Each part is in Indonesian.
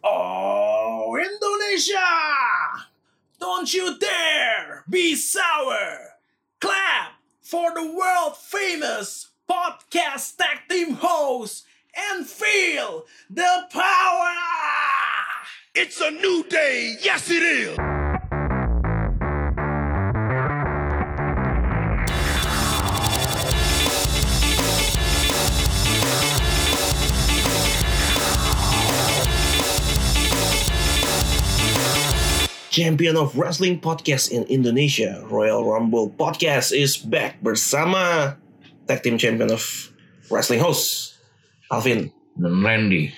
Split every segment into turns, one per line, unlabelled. Malaysia! Oh, Don't you dare be sour! Clap for the world famous podcast tag team host and feel the power!
It's a new day. Yes, it is.
Champion of Wrestling Podcast in Indonesia, Royal Rumble Podcast is back bersama Tag Team Champion of Wrestling Host, Alvin.
dan Randy.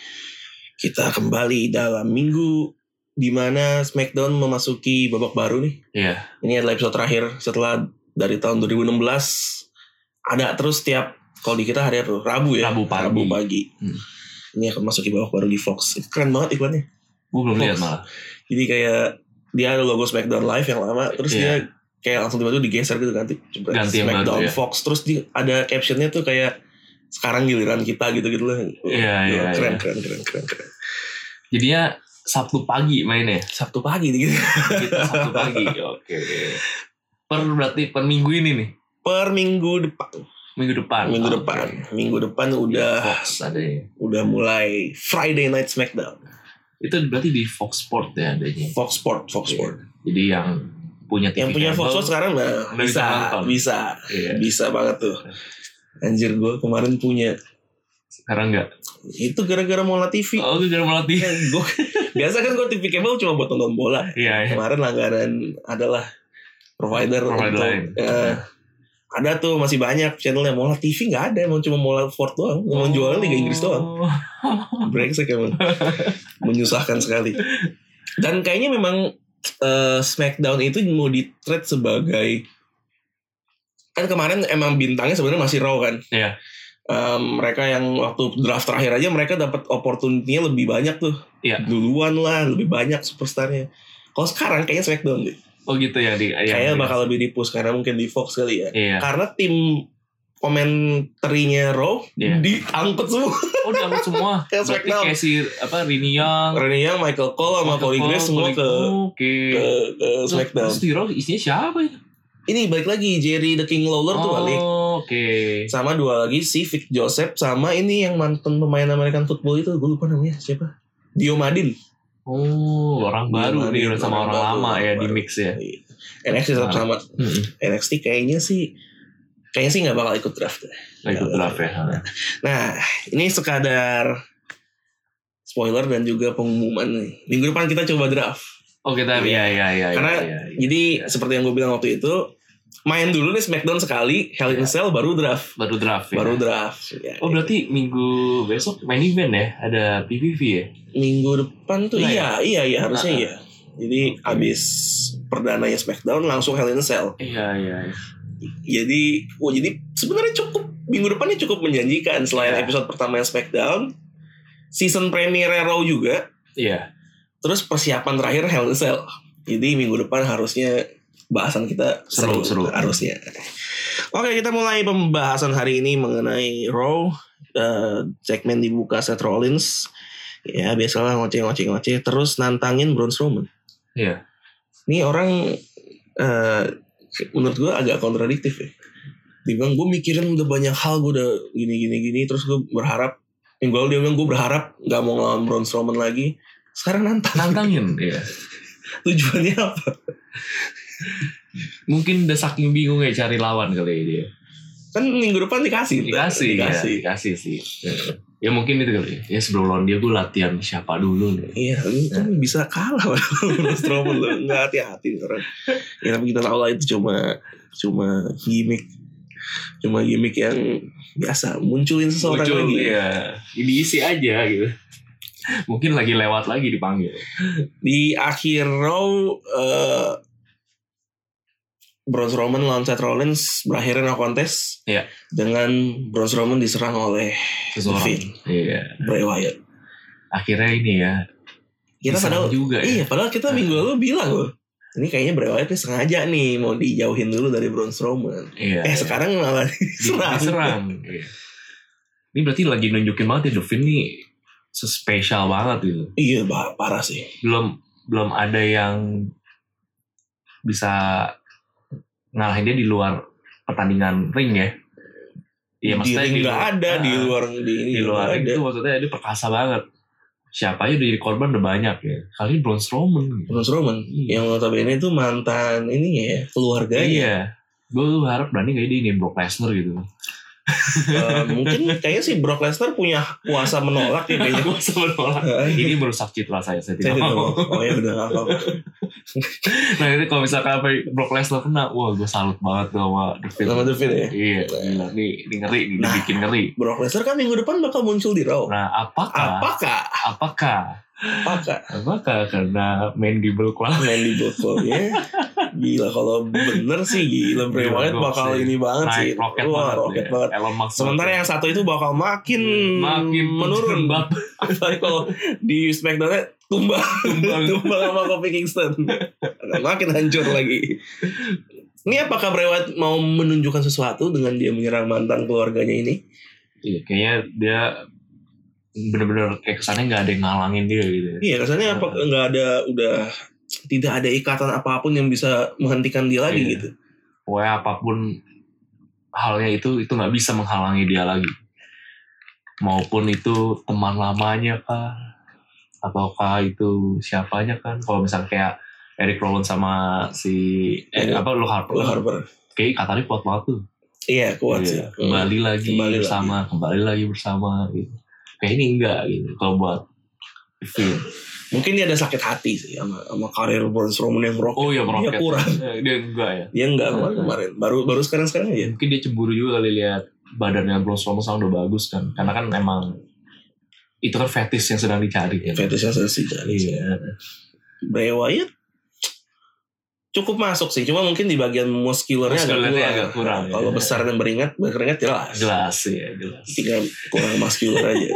Kita kembali dalam minggu di mana SmackDown memasuki babak baru nih.
Iya.
Ini adalah episode terakhir setelah dari tahun 2016. Ada terus tiap, kalau di kita hari apa? Rabu ya?
Rabu pagi.
pagi.
Hmm.
Ini akan memasuki babak baru di Fox. Keren banget iklannya.
Gue belum
Oh.
lihat malah.
Jadi kayak dia ada logo SmackDown Live yang lama, terus
Iya.
dia kayak langsung tiba-tiba digeser gitu ganti,
Ganti yang
SmackDown
baru ya.
Fox, terus dia ada captionnya tuh kayak sekarang giliran kita gitu gitu lah.
Iya, iya,
keren,
iya.
keren, keren, keren, keren.
Jadinya Sabtu pagi mainnya.
Sabtu pagi gitu.
Kita Sabtu pagi. Oke. Per berarti per minggu ini nih.
Per minggu depan,
Minggu depan.
minggu
Oke.
depan, minggu depan udah
Fox ada ya.
udah mulai Friday Night SmackDown,
Itu berarti di Fox Sport ya adanya.
Fox Sport, Fox
Iya.
Sport.
Jadi yang punya TV
Yang punya
kabel,
Fox Sport sekarang nah,
udah bisa
bisa,
nonton.
bisa,
Iya.
bisa banget tuh. Anjir gue kemarin punya
Sekarang enggak.
itu gara-gara Mola TV.
Oh, gue jarang melatih.
Ya, gua- biasa kan gue TV cable cuma buat nonton bola
Iya, iya.
kemarin langganan adalah provider, untuk,
Provider lain.
eh, ada tuh masih banyak channelnya Mola TV nggak ada emang cuma Mola Ford doang emang jualan Liga Inggris doang brengsek emang menyusahkan sekali dan kayaknya memang eh, Smackdown itu mau di treat sebagai kan kemarin emang bintangnya sebenarnya masih Raw kan
Iya.
Eh, mereka yang waktu draft terakhir aja mereka dapat opportunity-nya lebih banyak tuh
Iya.
duluan lah lebih banyak superstarnya kalau sekarang kayaknya Smackdown deh
Oh gitu ya di yang
kayaknya
di-
bakal lebih di push karena mungkin di Fox kali ya
Iya.
karena tim komenterinya Raw
Iya.
diangkut semua
Oh, diangkut semua.
Kayak
Berarti
Smackdown.
kayak si apa Rini Yang
Renee Young, Michael Cole sama Corey Graves semua ke,
Oke.
ke, ke Smackdown.
Terus di Raw isinya siapa ya?
Ini balik lagi Jerry the King Lawler tuh balik.
Oh, Oke.
Sama dua lagi si Vic Joseph sama ini yang mantan pemain American Football itu gue lupa namanya siapa. Dio Madin.
Oh, orang
Iya,
baru nih
baru,
sama
orang
orang
baru,
lama
orang
ya di
baru.
mix ya.
Iya. NXT tetap
Ah.
sama.
Heeh.
NXT kayaknya sih kayaknya sih nggak bakal ikut draft.
ikut draft
Iya,
ya.
Nah, ini sekadar spoiler dan juga pengumuman nih. Minggu depan kita coba draft.
Oh, kita
Iya.
ya ya ya.
Karena
ya, ya.
Jadi
Iya.
seperti yang gue bilang waktu itu, main dulu nih Smackdown sekali, Hell in a Cell baru draft.
baru draft ya.
Baru draft. Ya,
Oh, berarti minggu besok main event ya? Ada PPV ya?
minggu depan tuh
Nah,
iya, iya, iya harusnya
Ah, ah.
iya. Jadi
Oke.
abis perdananya Smackdown langsung Hell in a Cell.
Iya, iya. iya.
Jadi, oh jadi sebenarnya cukup minggu depannya cukup menjanjikan selain
Iya.
episode pertama yang Smackdown, season premiere Raw juga.
Iya.
Terus persiapan terakhir Hell in a Cell. Jadi minggu depan harusnya bahasan kita seru,
Seru, seru.
harusnya. Oke, kita mulai pembahasan hari ini mengenai Raw. Eh, segmen dibuka Seth Rollins. Ya, biasalah ngoceh-ngoceh-ngoceh terus nantangin Braun Strowman.
Iya.
Ini orang eh menurut gue agak kontradiktif ya. Dibilang gue mikirin udah banyak hal gue udah gini gini gini terus gue berharap minggu lalu dia bilang gue berharap nggak mau ngelawan Braun Strowman lagi. Sekarang nantang
Nantangin, iya.
tujuannya apa?
Mungkin udah saking bingung ya cari lawan kali ya dia.
Kan minggu depan dikasih.
Dikasih, ya,
dikasih.
dikasih sih. Ya. Ya mungkin itu kali. Ya sebelum lawan dia gue latihan siapa dulu nih.
Iya, lu kan bisa kalah Braun Strowman lu nggak hati-hati nih orang. Ya tapi kita tahu lah itu cuma cuma gimmick, cuma gimmick yang biasa munculin seseorang
Muncul,
lagi.
Iya. Diisi aja gitu. Mungkin lagi lewat lagi dipanggil.
Di akhir row eh Braun Strowman lawan Seth Rollins berakhirnya no contest
Iya.
dengan Braun Strowman diserang oleh Finn.
Iya.
Bray Wyatt.
Akhirnya ini ya.
Kita
diserang
padahal
juga ya.
Iya, padahal kita minggu lalu bilang loh. Ini kayaknya Bray Wyatt nih sengaja nih mau dijauhin dulu dari Braun Strowman.
Iya.
Eh sekarang malah
Di-
diserang.
diserang. Iya. Ini berarti lagi nunjukin banget ya The Finn nih sespesial banget gitu.
Iya, bah, parah sih.
Belum belum ada yang bisa ngalahin dia di luar pertandingan ring ya. Iya
di
maksudnya
ring nggak ada di
Ah,
luar di, ini
di luar
nggak
ring itu maksudnya dia perkasa banget. Siapa aja udah jadi korban udah banyak ya. Kali ini Braun Strowman. gitu.
Braun Strowman yang notabene itu mantan ini ya keluarganya
Iya. Gue harap berani kayak dia ini Brock Lesnar gitu.
Eh, mungkin kayaknya sih Brock Lesnar punya kuasa menolak ya kayaknya
Gue sebenarnya ini merusak citra saya. Saya
saya
tidak
tidak
mau.
mau oh ya udah nggak apa-apa
Nah ini kalau misalkan apa Brock Lesnar kena, wah gue salut banget tuh sama The Fiend.
Sama The Fiend ya?
Iya, gila nih, ini ngeri, nih,
Nah.
dibikin ngeri.
Brock Lesnar kan minggu depan bakal muncul di Raw
Nah apakah,
apakah
apakah,
apakah
apakah karena mandible Claw?
Mandy Buffalo ya gila kalau bener sih gila Bray
Gila,
Wyatt
gokil
bakal
sih.
ini banget sih
Naik roket
wah
banget,
roket
ya.
banget
Elon Musk.
sementara
banget. ya. Hmm,
yang satu itu bakal makin
makin
menurun
bab
apalagi kalau di SmackDown tumbang
tumbang.
tumbang sama Kofi Kingston Akan makin hancur lagi ini apakah Bray Wyatt mau menunjukkan sesuatu dengan dia menyerang mantan keluarganya ini
Iya, kayaknya dia bener-bener kayak kesannya nggak ada yang ngalangin dia gitu. ya.
iya rasanya apa nggak ada udah tidak ada ikatan apapun yang bisa menghentikan dia lagi
Iya.
gitu
Pokoknya apapun halnya itu itu nggak bisa menghalangi dia lagi. Maupun itu teman lamanya kah ataukah itu siapanya kan kalau misalnya kayak Eric Rowan sama si eh,
Iya.
apa lu Harper,
Lo Harper
kayak katanya kuat banget tuh.
iya kuat sih
Iya, kembali lagi
Kembali
bersama, kembali lagi bersama gitu. Kayak ini enggak gitu kalau buat Phil.
mungkin dia ada sakit hati sih sama, sama karir Braun Strowman yang rock
Oh ya
Dia
meroket.
Iya, kurang.
Eh, Dia enggak ya.
dia nggak kemarin, kemarin baru baru sekarang sekarang aja
Mungkin dia cemburu juga kali lihat badannya Braun Strowman sama udah bagus kan. Karena kan emang itu kan fetish yang sedang dicari kan.
fetish sensasi
Iya.
Bray Wyatt cukup masuk sih cuma mungkin di bagian muscularnya agak
Muscularnya
kurang,
agak kurang,
Nah, kalau
ya.
besar dan beringat berkeringat jelas,
Jelas ya, jelas.
tinggal kurang muscular aja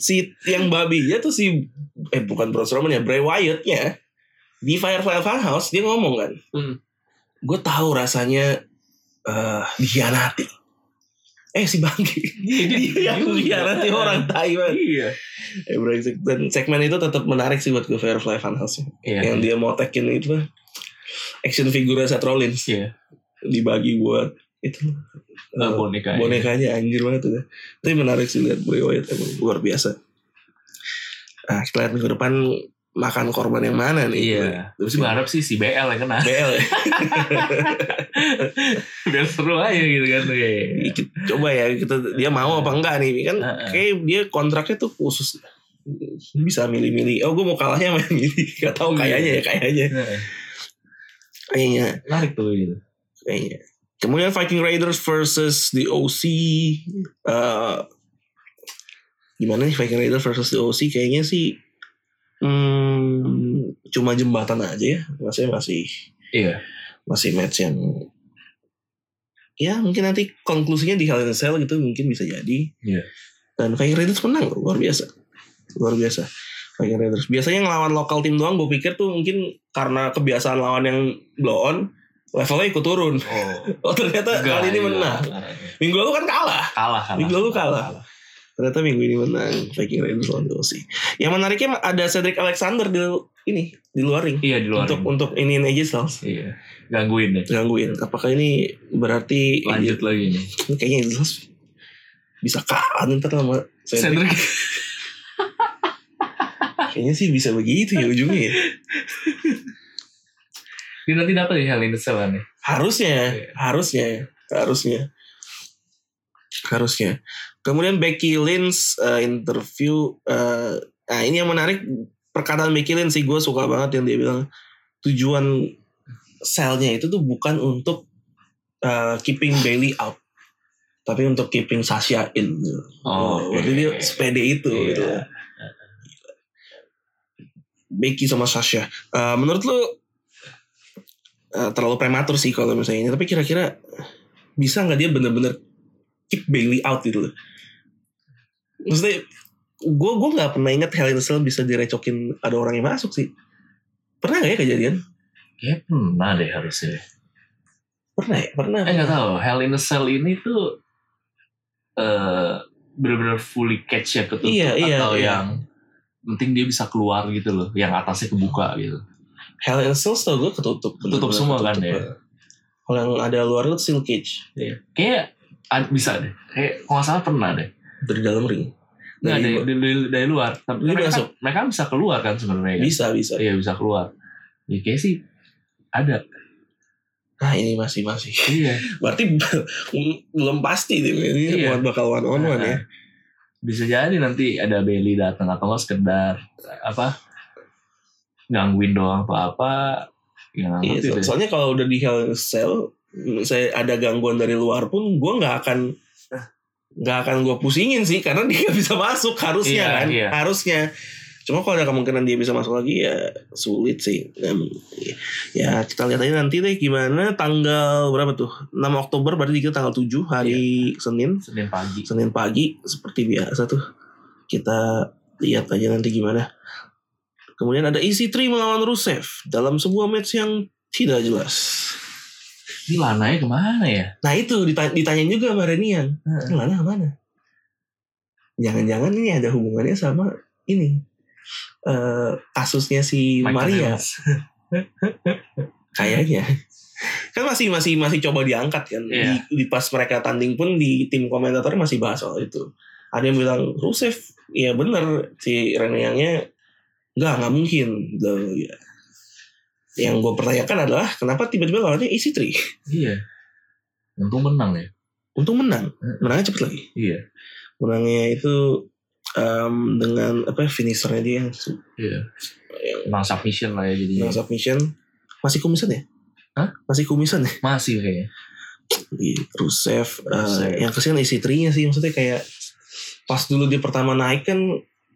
si yang babi ya tuh si eh bukan Braun Strowman ya Bray Wyatt-nya di Firefly Funhouse dia ngomong kan
Hmm.
gue tahu rasanya eh dikhianati eh si Bangki dia yang dikhianati orang Taiwan
Iya.
eh, brengsek. dan segmen itu tetap menarik sih buat gue Firefly Funhouse
Iya.
yang dia mau tekin itu lah, action figurnya Seth Rollins
Iya.
dibagi buat itu
Eh,
eh,
boneka. ya.
bonekanya anjir banget udah tapi menarik sih lihat Bray Wyatt emang luar biasa nah kita lihat minggu depan makan korban yang mana nih
Iya. Terus
Bray.
berharap sih si BL yang kena.
BL ya
Biar seru aja gitu kan. Iya.
Kita- coba ya kita dia mau apa enggak nih kan
Heeh.
kayak dia kontraknya tuh khusus bisa milih-milih oh gue mau kalahnya sama yang ini gak tau kayaknya ya kayaknya
Nah,
kayaknya
Menarik tuh gitu.
kayaknya. Kemudian Viking Raiders versus the OC. eh, gimana nih Viking Raiders versus the OC? Kayaknya sih hmm, cuma jembatan aja ya. Maksudnya masih
Iya.
masih match yang ya mungkin nanti konklusinya di Hell in a Cell gitu mungkin bisa jadi.
Iya.
Dan Viking Raiders menang loh, luar biasa. Luar biasa. Viking Raiders. Biasanya ngelawan lokal tim doang gue pikir tuh mungkin karena kebiasaan lawan yang blow on levelnya ikut turun.
Oh.
Oh ternyata
Enggak,
kali ini
iya.
menang. Minggu lalu kan kalah.
Kalah, kalah.
Minggu lalu kalah. Ternyata minggu ini menang. Viking Raiders lawan Chelsea. Yang menariknya ada Cedric Alexander di ini di luar ring.
Iya di luar.
Untuk
ring.
untuk ini AJ Styles
Iya. Gangguin ya.
gangguin. Apakah ini berarti
Lanjut lagi nih.
ini kayaknya AJ Styles bisa kalah ntar sama Cedric.
Cedric.
Kayaknya sih bisa begitu ya ujungnya. ya.
Dia nanti dapat ya Hell in a Cell kan ya.
Harusnya,
Iya.
harusnya, ya, harusnya, harusnya. Kemudian Becky Lynch eh, interview. eh, nah ini yang menarik perkataan Becky Lynch sih gue suka banget yang dia bilang tujuan selnya itu tuh bukan untuk eh, keeping Bailey out, tapi untuk keeping Sasha in.
Oh, oke.
berarti dia sepede itu.
Iya.
gitu. Becky sama Sasha. Eh, menurut lu eh, terlalu prematur sih kalau misalnya ini. Tapi kira-kira bisa nggak dia bener-bener keep Bailey out gitu loh. Maksudnya gue gue nggak pernah ingat Hell in a Cell bisa direcokin ada orang yang masuk sih. Pernah nggak ya kejadian?
Kayaknya pernah deh harusnya.
Pernah ya, pernah.
Eh nggak tahu. Hell in a Cell ini tuh eh benar-benar fully catch ya ketutup
Iya, iya,
atau
iya.
yang penting dia bisa keluar gitu loh yang atasnya kebuka gitu
Hell in a Cell tau gue ketutup eh.
Ketutup semua kan, ya?
kalau yang ada luar itu Steel Cage
kayak bisa deh kayak kalau nggak salah pernah deh
dari dalam ring
nggak ya?
Dari
dari,
luar.
dari, dari- dari luar tapi
Dia
mereka,
masuk.
mereka bisa keluar kan sebenarnya kan?
bisa bisa
iya bisa keluar ya kayak sih ada
nah ini masih masih
iya
berarti belum pasti nih ini
Iya.
bakal one on one ya
bisa jadi nanti ada Bailey datang atau nggak sekedar apa gangguin doang atau apa ya nggak
Iya,
ngerti
so-
deh.
soalnya kalau udah di Hell in a Cell, saya ada gangguan dari luar pun, gue nggak akan nggak akan gue pusingin sih, karena dia nggak bisa masuk harusnya
Iya,
kan,
iya.
harusnya. Cuma kalau ada kemungkinan dia bisa masuk lagi ya sulit sih. Dan, ya kita lihat aja nanti deh gimana tanggal berapa tuh? 6 Oktober berarti kita tanggal 7
Iya.
hari Senin.
Senin pagi
Senin pagi seperti biasa tuh kita lihat aja nanti gimana. Kemudian ada EC3 melawan Rusev dalam sebuah match yang tidak jelas.
ini lananya kemana ya
Nah itu ditanya, ditanyain juga sama Renian.
Heeh.
Lana mana? Jangan-jangan ini ada hubungannya sama ini. eh kasusnya si Maria
Maria Hmm.
kayaknya kan masih masih masih coba diangkat kan
Iya.
di, di pas mereka tanding pun di tim komentator masih bahas soal itu ada yang bilang Rusev ya bener si Renangnya nggak nggak mungkin Loh, ya. yang gue pertanyakan adalah kenapa tiba-tiba lawannya EC3
iya untung menang ya
untung menang
Hmm.
menangnya cepet lagi
iya
menangnya itu em, dengan apa finishernya dia yang su-
iya
yang
menang submission lah ya jadi
yang submission masih kumisan ya
Hah?
masih kumisan ya
masih kayaknya
di Rusev, eh,
Rusev.
yang kesian isi trinya sih maksudnya kayak pas dulu dia pertama naik kan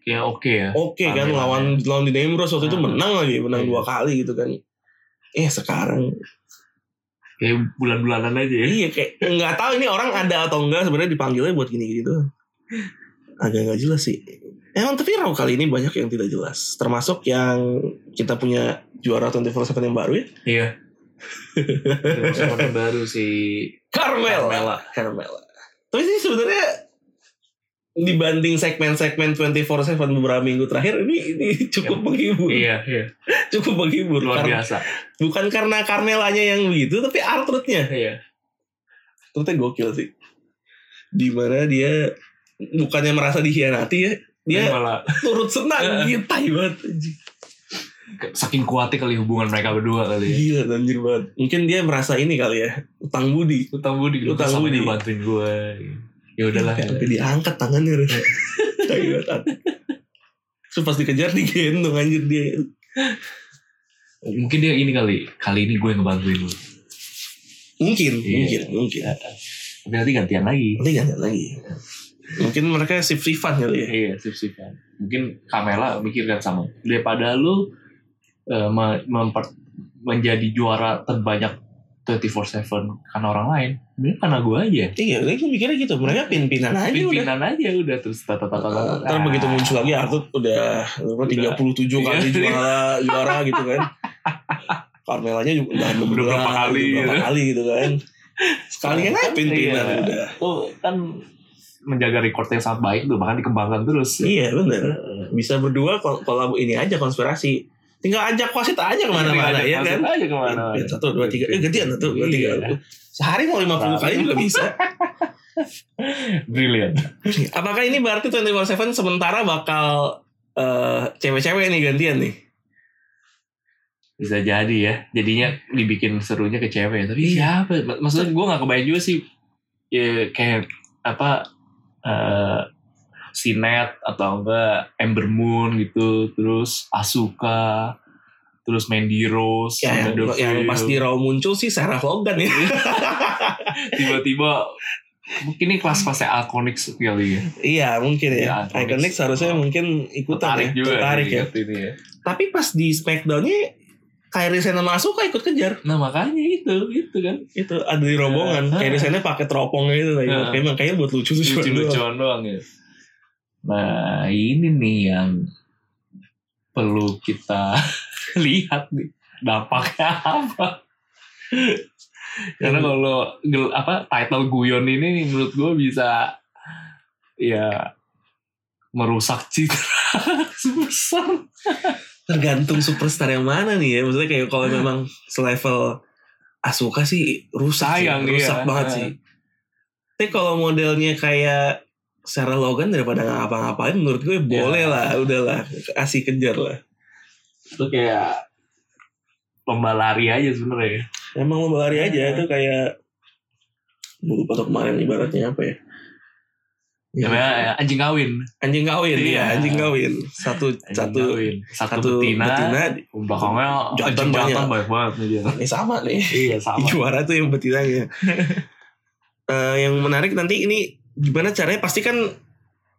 kayak oke ya
oke kan
Rame-rame.
lawan lawan di Ambrose waktu itu
Hmm.
menang lagi menang
Iya.
dua kali gitu kan eh sekarang
kayak bulan-bulanan aja ya
iya kayak nggak tahu ini orang ada atau enggak sebenarnya dipanggilnya buat gini gitu agak nggak jelas sih emang tapi Raw kali ini banyak yang tidak jelas termasuk yang kita punya juara 24/7 yang baru ya
iya Terus baru si
Carmel
Carmella
Carmela. Tapi sih sebenarnya dibanding segmen-segmen 24/7 beberapa minggu terakhir ini ini cukup menghibur.
iya iya
Cukup menghibur.
luar
Karena-
biasa
bukan karena Carmelanya yang begitu tapi artrutnya.
iya
Artrutnya gokil sih. Dimana dia bukannya merasa dikhianati ya, dia
Ini malah
turut senang
Iya.
gitu tai banget anjing.
saking kuatnya kali hubungan mereka berdua kali ya.
Gila anjir banget. Mungkin dia merasa ini kali ya, utang budi.
Utang budi gitu.
Utang
Utang
budi.
budi bantuin gue. Ya udahlah.
Sampai diangkat tangannya.
Iya.
Tai banget. Terus pas dikejar digendong anjir dia.
Mungkin dia ini kali. Kali ini gue yang ngebantuin lu.
Mungkin,
Iya.
mungkin, mungkin.
Tapi nanti gantian lagi.
Nanti ganti lagi. Mungkin mereka shift refund kali ya.
Iya, sip-sipan. Mungkin Kamela mikirkan sama. Daripada lu eh, me- memper- menjadi juara terbanyak 24-7 karena orang lain. Mending karena gue aja.
Iya, mereka mikirnya gitu. Mereka pin-pinan aja udah.
Pimpinan aja udah. Terus tata tata tata.
Ntar begitu muncul lagi Arthur udah apa, 37 kali
Iya.
juara juara gitu kan. Carmelanya juga udah
Udah
dua,
berapa kali
udah berapa
gitu.
kali gitu kan. Sekali kan aja pin-pinan
Iya.
udah.
Tuh kan menjaga record yang sangat baik tuh bahkan dikembangkan terus
Iya bener. Bisa berdua kol- kolab ini aja konspirasi. Tinggal ajak wasit
Iya,
aja kemana-mana ya kan.
aja kemana
Pin-pin, Satu, dua, tiga. Eh gantian satu, dua, tiga.
Iya.
Sehari mau 50 kali juga bisa.
Brilliant.
Apakah ini berarti 24/7 sementara bakal eh, cewek-cewek nih gantian nih?
Bisa jadi ya. Jadinya dibikin serunya ke cewek. Tapi
Iya.
siapa? Mak- Maksudnya gue gak kebayang juga sih. Ya, kayak apa. eh Sinet atau enggak Ember Moon gitu. Terus Asuka. Terus Mandy Rose.
Ya, yang,
Amanda
yang
Field.
pas di Raw muncul sih Sarah Logan ya.
Iya. Tiba-tiba. Mungkin ini kelas-kelasnya Alconic kali ya.
iya mungkin ya.
Iya, Iconics.
Iconics harusnya mungkin ikutan ya.
Tertarik juga.
tertarik
nih,
ya.
lihat Ini ya.
Tapi pas di Smackdown nya Kairi Sena masuk kok ikut kejar.
Nah makanya itu. Itu kan.
Itu ada di rombongan.
Iya.
Kairi Sena pakai teropong gitu. tadi.
Iya.
Emang kayaknya buat lucu tuh.
lucu-lucuan doang ya. Nah ini nih yang perlu kita lihat nih dampaknya apa. Karena kalau gel- apa title guyon ini menurut gue bisa ya merusak citra Superstar.
tergantung superstar yang mana nih ya maksudnya kayak
Hmm.
kalau memang selevel Asuka sih rusak
Sayang,
sih. rusak
iya.
banget
Eh.
sih tapi kalau modelnya kayak Sarah Logan daripada nggak ngapa-ngapain menurut gue
Iya.
boleh lah udahlah kasih kejar lah
Itu kayak lomba lari aja sebenarnya.
emang lomba lari
Iya.
aja itu kayak gue lupa tuh kemarin ibaratnya apa ya Ya,
Namanya anjing kawin.
anjing kawin
Iya.
ya anjing kawin satu
Anjing
satu
kawin. Satu,
satu
betina.
betina.
Belakangnya
Jantan
anjing
banyak.
jantan banyak banget nih dia.
ini sama nih
Iya sama.
juara tuh yang betinanya. Eh, yang menarik nanti ini gimana caranya pasti kan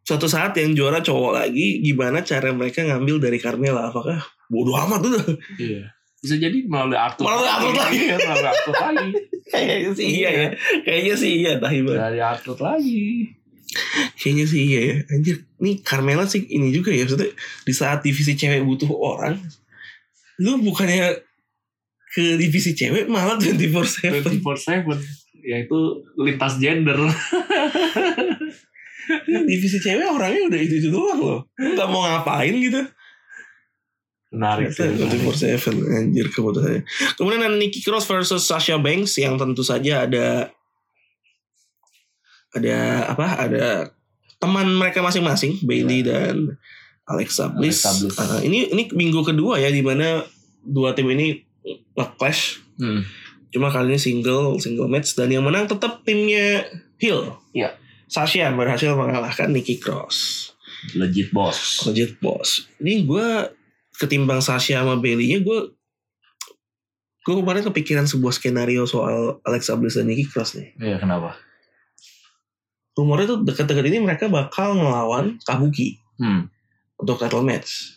suatu saat yang juara cowok lagi gimana cara mereka ngambil dari Carmela apakah bodoh amat tuh
Iya. Bisa jadi melalui Arthur.
Melalui Arthur lagi.
Iya, melalui Arthur lagi.
kayaknya sih iya ya kayaknya sih iya tahi banget.
Dari Arthur lagi.
kayaknya sih iya ya anjir nih Carmela sih ini juga ya maksudnya di saat divisi cewek butuh orang lu bukannya ke divisi cewek malah 24/7
24/7 yaitu lintas gender.
divisi cewek orangnya udah itu itu doang loh lu nggak mau ngapain gitu
Menarik sih. menarik.
24/7 anjir kebutuhannya. Kemudian ada Nikki Cross versus Sasha Banks yang tentu saja ada ada apa? Ada teman mereka masing-masing Bailey dan Alexa Bliss.
Iya. Alexa Bliss.
Uh, ini ini minggu kedua ya di mana dua tim ini nge-clash.
Hmm.
Cuma kali ini single single match dan yang menang tetap timnya Hill.
Iya.
Sasha berhasil mengalahkan Nikki Cross.
Legit bos.
Legit boss. Ini gue ketimbang Sasha sama Bailey-nya gue gue kemarin kepikiran sebuah skenario soal Alexa Bliss dan Nikki Cross nih.
Iya kenapa?
Rumornya tuh dekat-dekat ini mereka bakal ngelawan Kabuki
Hmm.
untuk title match.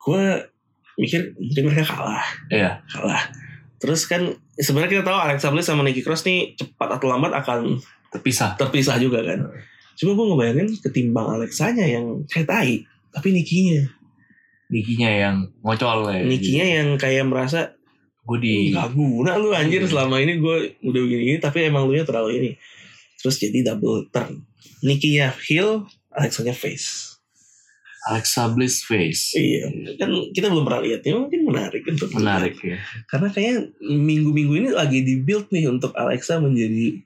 Gue mikir mungkin mereka kalah,
Iya.
kalah. Terus kan sebenarnya kita tahu Alexa Bliss sama Nikki Cross nih cepat atau lambat akan
Terpisah.
terpisah juga kan. Cuma gue ngebayangin ketimbang Alexanya yang kayak tai, tapi Nikinya,
Nikinya yang ngocol ya.
Nikinya yang kayak merasa
Gue di.
nggak guna lu anjir
Iya.
selama ini gue udah begini gini tapi emang lu nya terlalu ini terus jadi double turn Nikki nya heel Alexa nya face
Alexa Bliss face.
iya kan kita belum pernah lihat ya mungkin menarik untuk
Menarik ya.
karena kayaknya minggu-minggu ini lagi di build nih untuk Alexa menjadi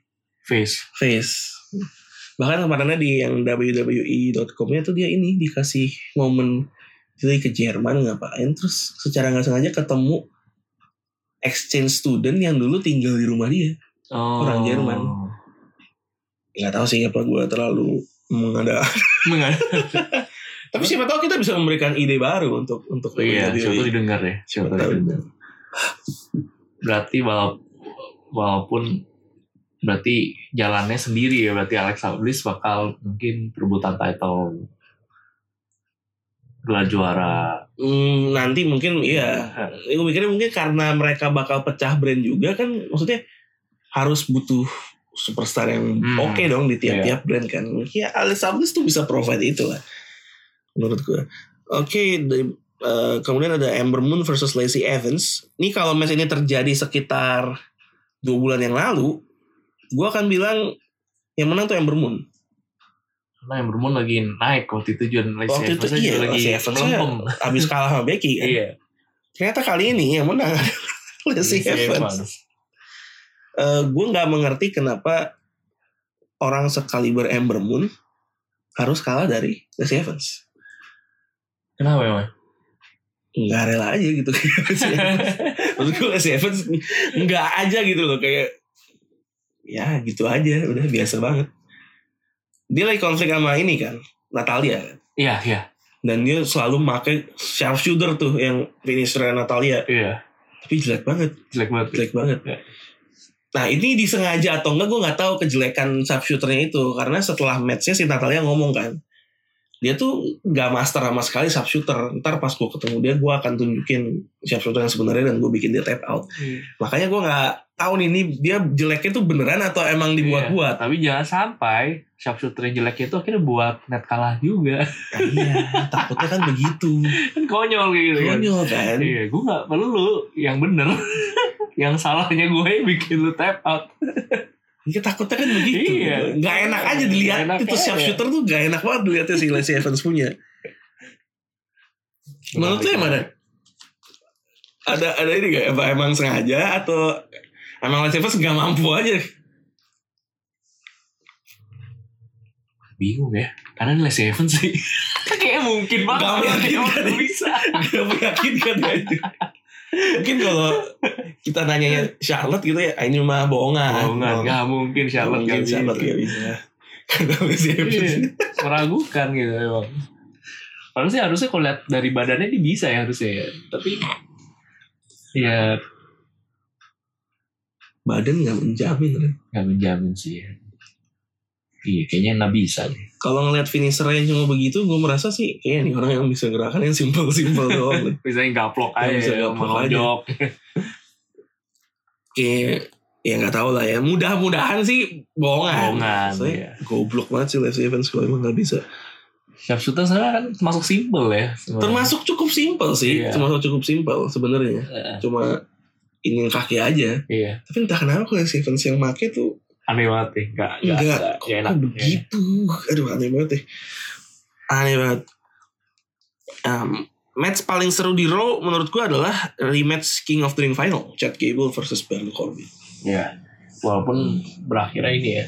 Face.
face bahkan kemarinnya di yang www.com nya tuh dia ini dikasih momen jadi ke Jerman ngapain terus secara nggak sengaja ketemu exchange student yang dulu tinggal di rumah dia
Oh.
Orang Jerman. nggak tahu sih apa gue terlalu mengada.
Mengat.
Tapi siapa tahu kita bisa memberikan ide baru untuk untuk E.
iya,
WWE.
siapa tahu didengar ya. Siapa
Siapa
tahu
tahu.
didengar. Berarti wala- walaupun berarti jalannya sendiri ya berarti Alexa Bliss bakal mungkin perebutan title gelar juara
Hmm, nanti mungkin ya. Gue mikirnya mungkin karena mereka bakal pecah brand juga kan, maksudnya harus butuh superstar yang
Hmm.
oke dong di tiap-tiap brand kan. Ya Alex Bliss tuh bisa provide itu lah, menurut gue. Oke, dari- eh, kemudian ada Ember Moon versus Lacey Evans. Ini kalau match ini terjadi sekitar dua bulan yang lalu, gue akan bilang yang menang tuh Ember Moon.
karena yang bermun lagi naik waktu itu John Lacey
Waktu itu
Evansnya
iya,
juga lagi
Lacey Evansnya-
melempem
Abis kalah sama Becky kan.
iya
Ternyata kali ini yang menang adalah Lacey
Lacey
Evans. gue Eh, nggak mengerti kenapa orang sekaliber Ember Moon harus kalah dari Lacey Evans.
kenapa emang
Nggak rela aja gitu. Lacey Evans. Maksud gue Lacey Evans nggak aja gitu loh kayak ya gitu aja udah biasa banget. Dia lagi konflik sama ini kan Natalia kan.
iya iya
dan dia selalu pakai sharpshooter tuh yang finisher Natalia
iya
tapi jelek banget
jelek banget
jelek banget.
Ya.
Nah ini disengaja atau enggak gue nggak tahu kejelekan sharpshooternya itu karena setelah matchnya si Natalia ngomong kan dia tuh nggak master sama sekali sharpshooter ntar pas gue ketemu dia gue akan tunjukin sharpshooter yang sebenarnya dan gue bikin dia tap out
Iya.
makanya gue nggak tahu nih ini dia jeleknya tuh beneran atau emang dibuat-buat
tapi jangan sampai sharpshooter yang jelek itu akhirnya buat net kalah juga
Nah, iya takutnya kan begitu
kan konyol gitu kan
konyol kan
iya gue gak perlu lu yang bener yang salahnya gue bikin lu tap out
Kita takutnya kan begitu.
Iya.
Nggak enak aja dilihat.
Nggak enak
itu
aja.
sharpshooter tuh nggak enak banget dilihatnya si Lacey Evans punya. Menurut lu yang mana? Ada ada ini gak? Apa emang sengaja atau emang Lacey Evans nggak mampu aja?
Bingung ya. Karena nilai seven sih. Kan Kayaknya mungkin banget.
Nggak mungkin,
Kayaknya
kan?
nggak bisa.
Gak meyakinkan ya itu. Mungkin kalau kita nanyanya Charlotte gitu ya, ini mah bohongan.
Oh, nggak, nggak mungkin Charlotte
Mungkin
nggak
Charlotte
bisa.
nggak bisa. Karena Lacey Evans.
Iya, meragukan gitu emang. Padahal sih harusnya kalau lihat dari badannya dia bisa ya harusnya ya. Tapi ya
Badan nggak menjamin. Ren.
nggak menjamin sih ya. Iya kayaknya nggak bisa deh.
Kalau ngelihat finishernya cuma begitu, gue merasa sih kayaknya nih orang yang bisa gerakan yang simple-simple doang. Ren.
Misalnya gaplok
Nggak
aja,
Iya, bisa
ya,
gaplok
menonjok.
Kayak ya nggak tahu lah ya. Mudah-mudahan sih bohongan.
Bohongan,
Soalnya
iya.
Goblok banget sih Lacey Evans kalau emang nggak bisa.
Sharpshooter sekarang kan termasuk simple ya. sebenarnya.
Termasuk cukup simple sih.
Iya.
Termasuk cukup simple sebenarnya.
Eh,
Cuma ingin kaki aja.
iya.
Tapi entah kenapa kalau Lacey Evans yang make tuh
Aneh banget nih. Nggak, nggak,
Nggak,
nggak- nggak enak.
kok begitu. Aduh aneh banget deh. Aneh banget. Um, match paling seru di Raw menurut gue adalah rematch King of the Ring final. Chad Gable versus Baron Corbin.
Iya. Walaupun berakhirnya ini ya.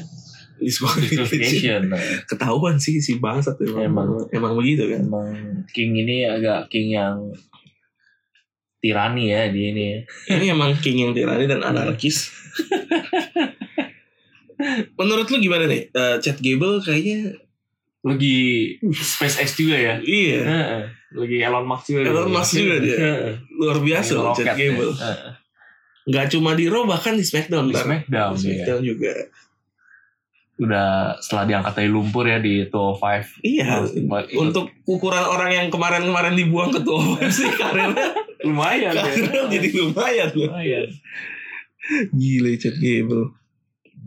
Iya.
Disqualification.
Disqualification.
Ketahuan sih si bangsat emang. Emang,
Emang.
begitu kan.
Emang King ini agak King yang tirani ya dia ini. ya.
Ini emang King yang tirani dan anarkis. menurut lu gimana nih? Eh, Chad Gable kayaknya
Lagi SpaceX juga ya.
iya
Heeh. Lagi Elon Musk juga.
Elon Musk juga dia.
Heeh.
luar biasa loh
Roket
Chad
ya.
Gable.
Heeh.
Gak cuma di Raw bahkan di SmackDown.
Di
ntar. Di
Smackdown iya. dia.
SmackDown juga.
Udah setelah diangkat dari lumpur ya di 205.
Iya,
Buat-
untuk ukuran orang yang kemarin-kemarin dibuang ke tua umum sih karirnya,
lumayan ya.
karirnya jadi lumayan loh.
lumayan.
Gile Chad Gable.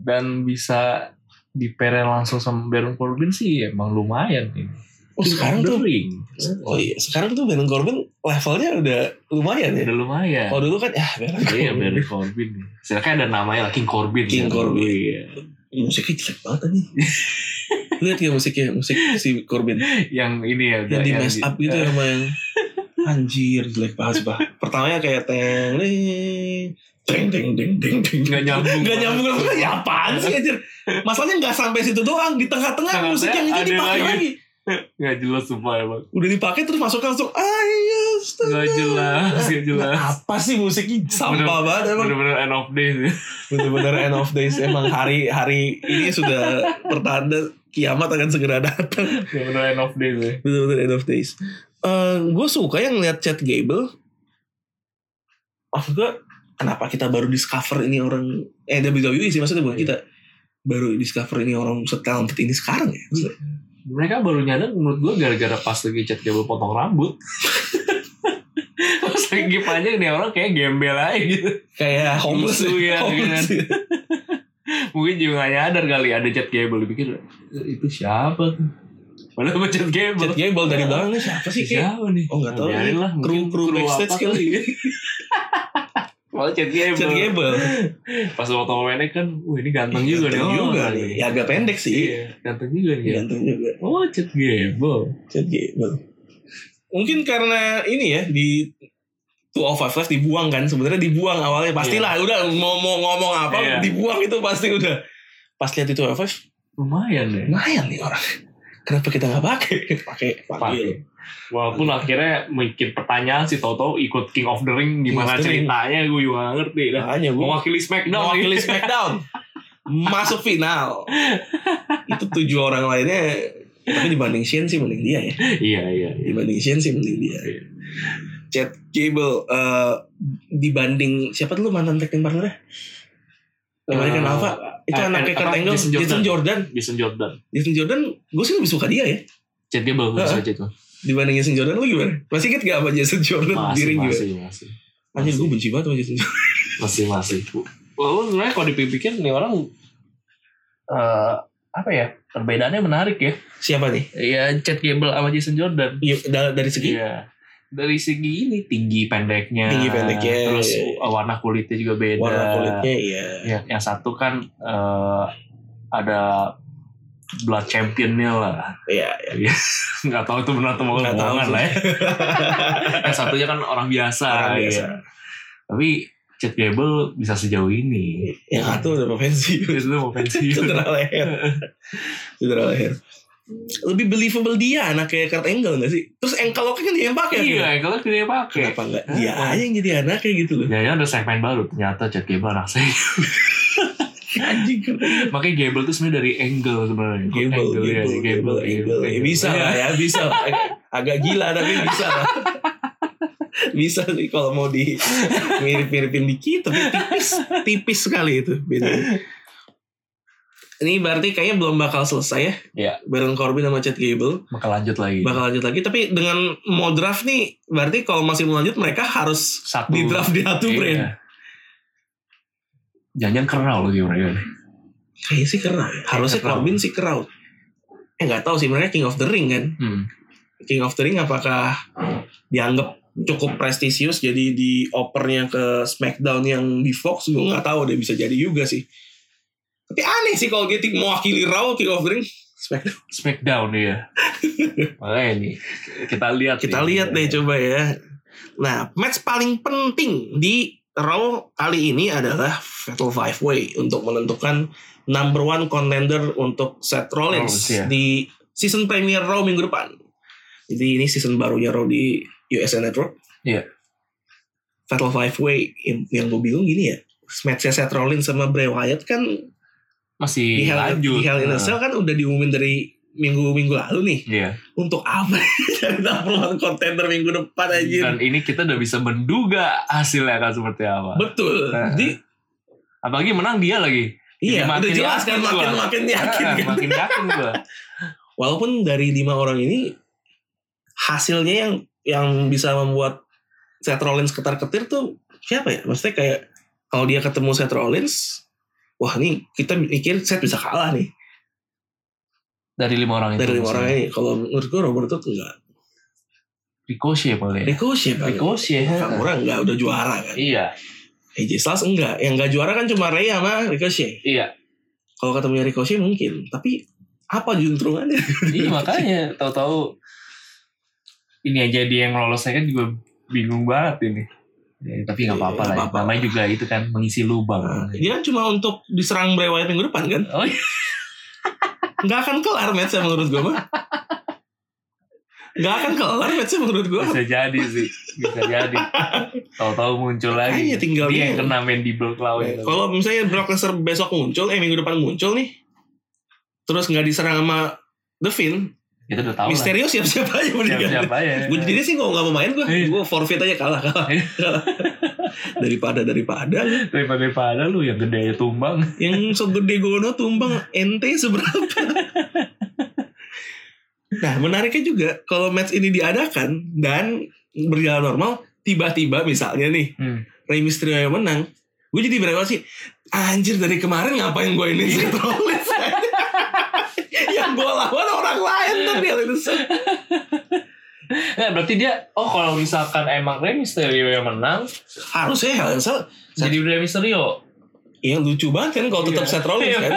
dan bisa dipere langsung sama Baron Corbin sih emang lumayan nih.
Oh sekarang
The
tuh,
Iya, ring.
oh iya sekarang tuh Baron Corbin levelnya udah lumayan ya.
Iya, Udah lumayan.
Kalau dulu kan ya Baron
Iya
Corbin.
Baron Corbin. Silakan ada namanya lah King Corbin.
King
Ya.
Corbin.
Iya.
Musiknya jelek banget nih. Lihat ya musiknya, musik si Corbin
Yang ini ya.
yang
udah-
di mess
di-
up gitu ya sama yang anjir jelek banget sih Pak. Pertamanya kayak teng ding teng deng deng deng deng
Nggak nyambung. Iya.
Gak nyambung sama sekali. Ya apaan sih anjir Masalahnya gak sampai situ doang Di tengah-tengah
Tengah-tengah
musik yang itu
ada
dipakai lagi.
lagi. Nggak jelas sumpah emang.
Udah dipakai terus masuk langsung Ayo
Nggak jelas. Nggak jelas.
Apa sih musiknya Sampah
Bener-
banget Nah, emang
Bener-bener end of day sih.
Bener-bener end of days Emang hari-hari ini sudah Pertanda Kiamat akan segera datang
Bener-bener end of day sih.
Bener-bener end of days Eh, Gue suka yang lihat Chad Gable Maksud gue Kenapa kita baru discover ini orang Eh WWE sih maksudnya bukan kita Baru discover ini orang setalented ini sekarang ya Maksudnya,
Mereka baru nyadar menurut gue gara-gara pas lagi chat Gable potong rambut. pas lagi panjang nih orang kayak gembel aja gitu.
kayak homeless
Musuh
ya,
ya,
homeless ya.
Mungkin juga gak nyadar kali ada chat Gable. Dipikir "Eh, itu siapa tuh? Padahal sama chat
Chat
Gable.
Gable dari belakang nih siapa sih kayak
siapa nih?
Oh, nggak tahu.
Biarin lah.
kru
Iya. mungkin
kru backstage
apa.
kali ya.
Malah chat Gable.
Chat Gable
Pas waktu mainnya kan, wah ini ganteng juga
Ganteng
nih. orang
juga Iya.
nih.
nih ya agak pendek sih
Iya, ganteng juga nih.
ganteng juga
Oh, chat Gable.
Chat Gable mungkin karena ini ya di Two of Five Live dibuang kan sebenarnya dibuang awalnya pastilah udah mau mau ngomong apa
Iya.
dibuang itu pasti udah pas lihat itu of Five
Lumayan ya.
lumayan nih orang kenapa kita nggak pakai pakai panggil
Pakai. Walaupun akhirnya bikin pertanyaan sih Toto ikut King of the Ring
of
gimana
the Ring.
ceritanya gue juga gak ngerti dah.
makanya gue
Mewakili SmackDown.
mewakili Smackdown masuk final itu tujuh orang lainnya tapi dibanding Shane sih mending dia ya
Iya, iya. iya.
dibanding Shane sih mending dia Chad Gable eh, dibanding siapa dulu mantan tag team partnernya American
Eh,
Alpha itu
eh,
anaknya
apa,
Kurt Angle
Jason
Jason,
Jordan.
Jordan
Jason Jordan.
Jason Jordan gue sih lebih suka dia ya
Chat dia bagus
Heeh.
aja tuh.
dibanding Jason Jordan lu gimana masih inget gak sama Jason Jordan di
Masih,
ring juga
masih, masih.
anjir gue benci banget sama Jason Jordan
Masih, masih. Walaupun sebenarnya kalau dipikir nih orang eh apa ya perbedaannya menarik ya
siapa nih
Iya, Chad Gable sama Jason Jordan
Iya, da- dari segi
iya dari segi ini tinggi pendeknya,
Tinggi pendeknya,
terus eh,
iya, iya.
warna kulitnya juga beda.
warna kulitnya iya
Ya, yang satu kan eh, ada blood championnya lah.
iya
Nggak tahu itu benar atau
Nggak tahu
bohongan
sih.
lah ya. yang satunya kan orang biasa.
orang
ya.
biasa
Tapi Chad Gable bisa sejauh ini.
yang satu udah mau pensiun
Itu mau pensiun.
cedera leher cedera leher lebih believable dia anaknya Kurt Angle gak sih terus ankle lock kan dia yang pakai
Iya, kalau tidak pakai.
kenapa nggak dia aja yang jadi anaknya gitu loh
Ya, ya ada segmen baru. Ternyata Chad Gable anak saya.
anjing Kurt Angle.
Makanya Gable tuh sebenarnya dari angle sebenarnya.
Gable,
angle, ya,
Gable,
sih.
Gable, Gable, Ya, bisa
Iya.
lah ya, bisa lah. Agak, agak gila tapi bisa lah. bisa nih kalau mau di mirip-miripin dikit tapi tipis, tipis sekali itu bedanya. Ini berarti kayaknya belum bakal selesai ya.
Iya.
Baron Corbin sama Chad Gable
Bakal lanjut lagi.
bakal lanjut lagi tapi dengan mau draft nih berarti kalau masih mau lanjut mereka harus
Satu.
di draft di satu
Iya.
brand.
Jangan-jangan kerau lagi mereka.
Kayaknya sih keren.
Iya,
Harusnya
Kerau.
Corbin sih keren. Eh nggak tahu sih mereka King of the Ring kan.
Hmm.
King of the Ring apakah dianggap cukup prestisius jadi di opernya ke SmackDown yang di Fox gue nggak tahu deh bisa jadi juga sih tapi aneh sih kalau Getty mewakili Raw King of the Ring SmackDown
Smackdown ya. Makanya nih kita lihat.
kita
nih.
lihat deh coba ya nah match paling penting di Raw kali ini adalah Fatal Five Way untuk menentukan number one contender untuk Seth Rollins
Rollins, ya.
di season premiere Raw minggu depan jadi ini season barunya Raw di USA Network
Iya.
Fatal Five Way yang, yang gue bingung gini ya matchnya Seth Rollins sama Bray Wyatt kan di
Masih
Hell,
lanjut.
di Hell in a
Nah,
Cell kan udah diumumin dari minggu-minggu lalu nih
Iya.
untuk apa dari number one contender minggu depan aja
Dan ini kita udah bisa menduga hasilnya akan seperti apa.
betul
Nah,
di
Apalagi menang dia lagi.
iya udah
makin
jelas kan
yakin
makin
gua.
makin yakin
Ah,
kan
Makin yakin gue.
walaupun dari lima orang ini hasilnya yang yang bisa membuat Seth Rollins ketar-ketir tuh siapa ya? Maksudnya kayak kalau dia ketemu Seth Rollins, wah nih kita mikir Seth bisa kalah nih
Dari lima orang itu.
dari lima orang
maksudnya.
ini. Kalau menurut gue Robert tuh enggak.
Ricochet boleh.
Ricochet banget.
Ricochet.
Nakamura enggak udah juara kan.
Iya.
AJ Styles Eh, enggak. Yang enggak juara kan cuma Rey sama Ricochet.
Iya.
Kalau ketemunya Ricochet mungkin, tapi apa juntrungannya?
Iya makanya tahu-tahu ini aja dia yang lolos saya kan juga bingung banget ini. Ya, tapi nggak
Iya,
apa-apa lah.
nggak apa-apa.
Namanya juga itu kan mengisi lubang.
Dia kan cuma untuk diserang Bray Wyatt minggu depan kan?
iya. Oh iya.
nggak akan kelar matchnya menurut gue mah nggak akan kelar matchnya menurut gue
bisa jadi sih, bisa jadi. Tahu-tahu muncul lagi.
Makanya tinggal
dia yang
dia.
kena oh, iya. mandible claw itu.
kalau misalnya Brock Lesnar besok muncul eh minggu depan muncul nih terus nggak diserang sama The Finn
Kita udah tahu lah.
Misterio siap-siap aja mendingan
Siapa ya?
gue jadi sih kalau nggak mau main gue
Iya.
gue forfeit aja kalah kalah
Iya.
Kalah. daripada daripada lu.
daripada daripada lu yang gede tumbang.
yang segede gono tumbang ente seberapa nah menariknya juga kalau match ini diadakan dan berjalan normal tiba-tiba misalnya nih
Hmm.
Rey Mysterio yang menang gue jadi berapa sih anjir dari kemarin ngapain gue ini
Iya.
Seth Rollins yang gue lawan orang lain tapi itu
Nah, berarti dia oh kalau misalkan emang Rey Mysterio yang menang,
harusnya Hell in a Cell
jadi Rey Mysterio.
yang lucu banget kan kalau tetap
Iya.
Seth Rollins kan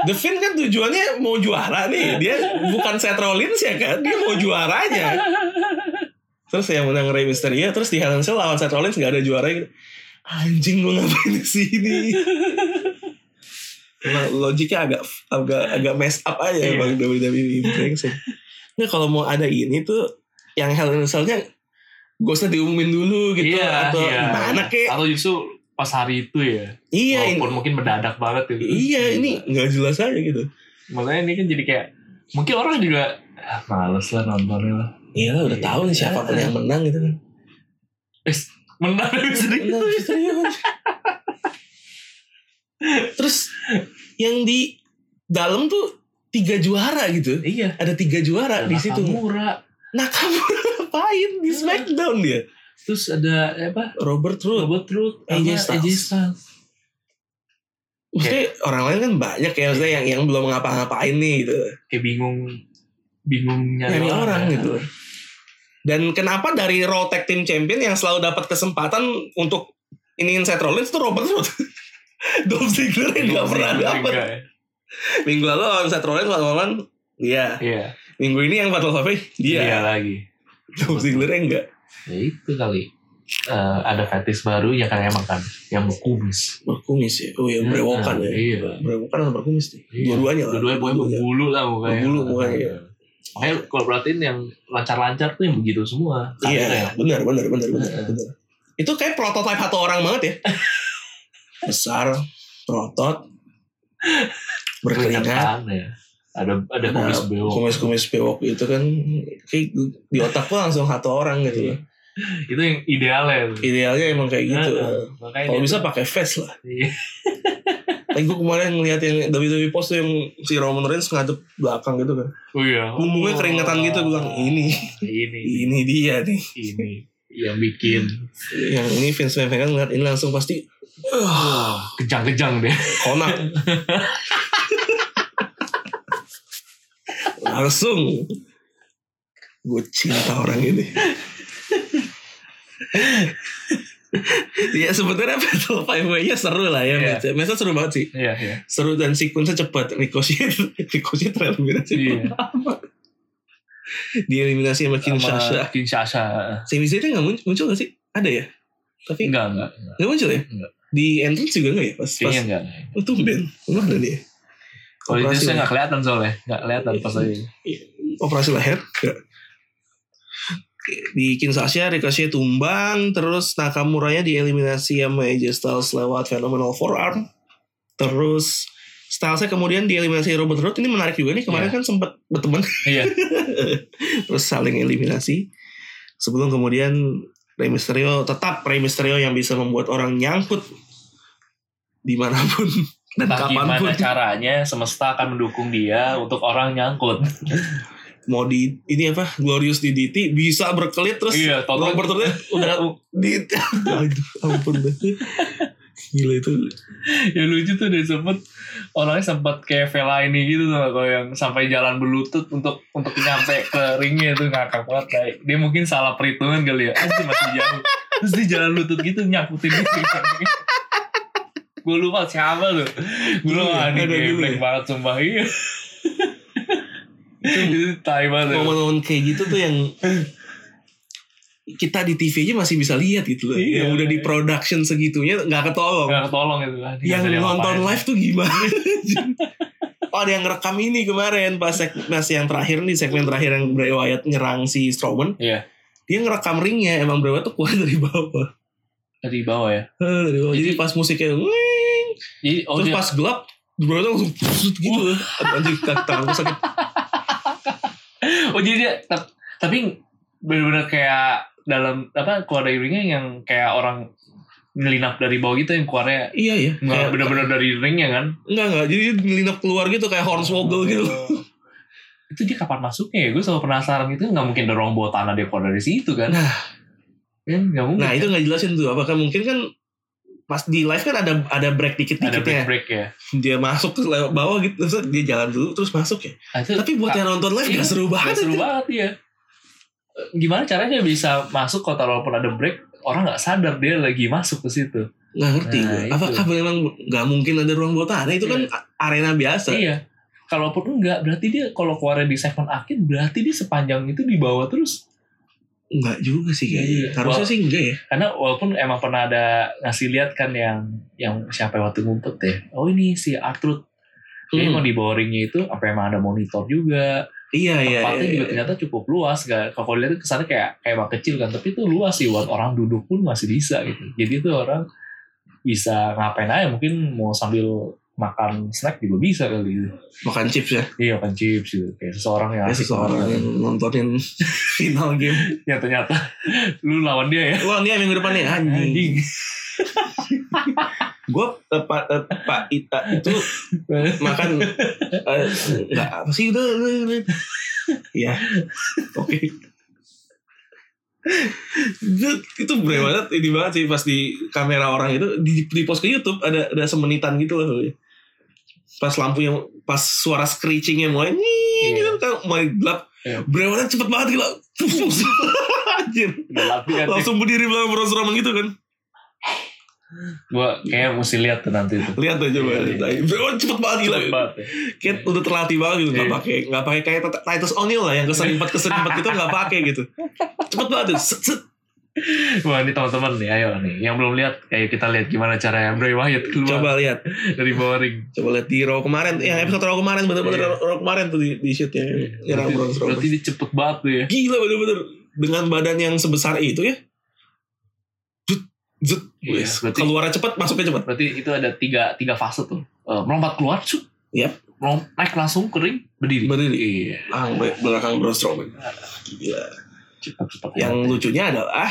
The Finn kan tujuannya mau juara
Iya.
nih dia bukan Seth Rollins ya kan dia mau juaranya terus yang menang Rey Mysterio iya, terus di Hell in a Cell lawan Seth Rollins nggak ada juaranya anjing lu ngapain di sini Emang logiknya agak agak agak mess up aja
Iya.
emang E WWE brengsek. Nah kalau mau ada ini tuh yang Hell in a Cell-nya gak usah diumumin dulu gitu atau gimana kek.
Iya, Atau justru pas hari itu ya.
Iya ini-
Walaupun mungkin mendadak banget gitu.
Iya ini nggak jelas aja gitu.
Makanya ini kan jadi kayak mungkin orang juga ah, males lah nontonnya lah.
Iya udah tahu nih siapapun yang menang gitu kan.
Eh, menang gitu. dari sini.
Menang, serius. Terus yang di dalam tuh tiga juara gitu.
Iya.
Ada tiga juara di situ.
murah.
Nakamura ngapain di Smackdown dia?
Terus ada apa?
Robert Roode.
Robot Root,
AJ
AJ
Styles.
Styles.
Maksudnya orang lain kan banyak ya. Maksudnya yang yang belum ngapa-ngapain nih gitu.
Kayak bingung bingung nyari,
Nyari
orang,
orang kan.
ya.
gitu. Dan kenapa dari Raw Tag Team Champion yang selalu dapat kesempatan untuk iniin Seth Rollins tuh Robert Roode. Dolph Ziggler yang gak pernah dapat.
Enggak ya?
Minggu lalu lawan Seth Rollins lawan lawan iya.
Iya.
Minggu ini yang Battle of the
Iya
dia.
lagi.
Dolph Ziggler enggak.
Ya itu kali. Eh, ada fetish baru yang kayak emang kan yang berkumis.
Berkumis ya. Oh ya, brewokan ya.
Iya.
Brewokan atau berkumis nih.
Iya.
Dua-duanya lah.
Dua-duanya pokoknya berbulu lah mukanya.
Berbulu mukanya, iya.
Makanya kalau perhatiin yang lancar-lancar tuh yang begitu semua. Karirnya.
Iya, benar, benar, benar, benar,
Heeh.
benar. Itu kayak prototipe satu orang banget ya. Besar, berotot, berkeringat,
Kelihatan ya. Ada ada
Nah,
kumis bewok.
kumis-kumis bewok itu kan kayak di otak tuh langsung satu orang gitu.
Iya. Itu yang ideal ya. tuh.
Idealnya emang kayak Iya, gitu.
Heeh. Makanya
Kalau
dia
bisa
tuh-
pakai face lah.
Iya.
Tapi gue kemarin ngeliat yang WWE E post tuh yang si Roman Reigns ngadep belakang gitu kan.
Oh iya. Oh,
Punggungnya keringetan gitu gue bilang ini, Iya.
Ini
ini dia nih.
ini yang bikin
Yang ini Vince McMahon ngeliat ini langsung pasti
wah, kejang-kejang deh.
konak langsung gue cinta orang ini ya sebenarnya battle five way nya seru lah ya
Iya.
match-nya. Match-nya seru banget sih
Iya, iya.
seru dan sekuensnya cepat ricochet ricochet tereliminasi
Iya.
pertama dieliminasi sama Kinshasa
Sama Kinshasa.
Sami Zayn nggak muncul, muncul nggak sih ada ya tapi
Enggak, enggak.
nggak muncul ya
Enggak.
di entrance juga nggak ya pas pas
Kayaknya enggak.
Oh, tumben. Kemana dia?
Kalau itu
Operasi Iya.
saya
lah.
nggak kelihatan soalnya, nggak kelihatan pas lagi.
Operasi leher. ya. Nggak. Di Kinshasa, Ricochet tumbang. Terus Nakamuranya dieliminasi sama AJ Styles lewat Phenomenal Forearm. Terus Stylesnya kemudian dieliminasi Robert Roode. Ini menarik juga nih. Kemarin
Iya.
kan sempat berteman.
Iya.
Terus saling eliminasi. Sebelum kemudian Rey Mysterio tetap Rey Mysterio yang bisa membuat orang nyangkut dimanapun dan kapanpun.
Bagaimana caranya semesta akan mendukung dia untuk orang nyangkut?
mau di ini apa glorious DDT bisa berkelit terus
iya, total
Robert Roode udah di aduh ampun dah gila itu
ya lucu tuh dia sempet orangnya sempat kayak Vela ini gitu tuh kalau yang sampai jalan berlutut untuk untuk nyampe ke ringnya tuh ngakak banget kayak dia mungkin salah perhitungan kali ya Anjir, masih jauh terus dia jalan lutut gitu nyakutin gitu gue lupa siapa tuh gue lupa
Ada
ini
dulu ya?
geblek banget sumpah iya itu tai banget ya.
momen-momen kayak gitu tuh yang kita di TV aja masih bisa lihat gitu loh
Iya.
yang udah di production segitunya nggak ketolong
nggak ketolong itu kan
yang nonton live tuh gimana Oh ada yang ngerekam ini kemarin pas, seg- pas yang terakhir nih segmen terakhir yang Bray Wyatt nyerang si Strowman
Iya.
dia ngerekam ringnya emang Bray Wyatt tuh kuat dari bawah
dari bawah ya
Ah, dari bawah. Jadi,
Jadi-
pas musiknya "Wing",
jadi oh
terus
dia
pas gelap Bro langsung pusut gitu loh. Aduh anjing kaki tanganku sakit.
Oh jadi dia tap- tapi benar-benar kayak dalam apa keluar dari ringnya yang kayak orang nyelinap dari bawah gitu yang keluarnya
Iya ya.
nggak
Kayak-
benar-benar dari ringnya kan?
Enggak enggak. Jadi dia ngelinap keluar gitu kayak hornswoggle gitu. loh.
itu dia kapan masuknya ya? Gue selalu penasaran itu nggak mungkin dorong bawa tanah dia keluar dari situ kan?
Nah.
kan nggak mungkin.
Nah, itu nggak jelasin tuh apakah mungkin kan pas di live kan ada ada break
ada
dikit-dikit
break
ya.
break ya.
Dia masuk ke lewat bawah gitu. Terus dia jalan dulu terus masuk ya.
Nah, itu
Tapi buat
ka-
yang nonton live
iya,
nggak seru
nggak
banget.
seru
anjing.
banget ya. Gimana caranya bisa masuk kalau walaupun ada break orang nggak sadar dia lagi masuk ke situ?
Nggak ngerti
Nah,
gue.
itu.
Apakah memang nggak mungkin ada ruang bawah tanah? Itu kan a- arena biasa.
Iya. Kalaupun enggak, berarti dia kalau keluarnya di segmen akhir, berarti dia sepanjang itu di bawah terus.
Enggak juga sih
Iya.
kayaknya. Harusnya sih enggak ya.
Karena walaupun emang pernah ada ngasih lihat kan yang yang siapa yang waktu ngumpet ya. Oh ini si Artrud. Jadi
Hmm.
mau di bawah ringnya itu apa emang ada monitor juga.
Iya iya.
Tempatnya
iya,
juga
iya.
ternyata cukup luas. Gak, kalau lihat kesannya kayak kayak emang kecil kan, tapi itu luas sih buat orang duduk pun masih bisa gitu. Jadi itu orang bisa ngapain aja mungkin mau sambil makan snack juga bisa kali gitu.
Makan chips ya.
Iya kan chips gitu. Kayak seseorang yang
Ya
asik
seseorang
makan.
yang nontonin final game.
ya ternyata lu lawan dia ya
Wah, ini minggu depan nih anjing.
anjing
Gue Pak eh, Pak Ita itu makan eh, nggak apa sih udah. udah, udah. Ya. Oke. Itu- itu brave banget ini banget sih pas di kamera orang itu di, di post ke YouTube ada ada semenitan gitu lah pas lampunya pas suara screechingnya mulai nying,
Iya.
gitu kan mulai gelap
Iya.
brave banget cepet banget gila Anjir.
Udah kan latihan nih.
Langsung berdiri belakang Ronald Surahman gitu kan.
Gua kayaknya mesti lihat tuh nanti itu.
Lihat aja coba.
Iya, iya.
Oh, cepet banget gila.
Cepet banget ya.
Kayak udah terlatih banget gitu. Gak
Iya.
pakai gak pakai kayak Titus O'Neil lah yang keserimpet keserimpet gitu gak pakai gitu. Cepet banget tuh. Set, set.
Wah ini teman-teman nih, ayo nih. Yang belum lihat, ayo kita lihat gimana caranya Bray Wyatt keluar
Coba lihat.
dari bawah ring.
Coba lihat di Raw kemarin. Ya episode Raw kemarin bener-bener
Iya.
Raw Raw kemarin tuh di di shootnya. Ya, Ram Ronald
Berarti,
Surahman.
berarti dia cepet banget tuh ya.
Gila bener-bener dengan badan yang sebesar itu ya. Zut, zut.
Iya,
Wes,
berarti-
Keluarnya cepet, masuknya cepet.
Berarti itu ada tiga tiga fase tuh. Eh, melompat keluar, cuk.
Yap.
Melom- naik langsung ke ring, berdiri.
Berdiri.
Iya.
Ah, belakang Braun Strowman. Gila.
Cepet cepet.
Yang lucunya adalah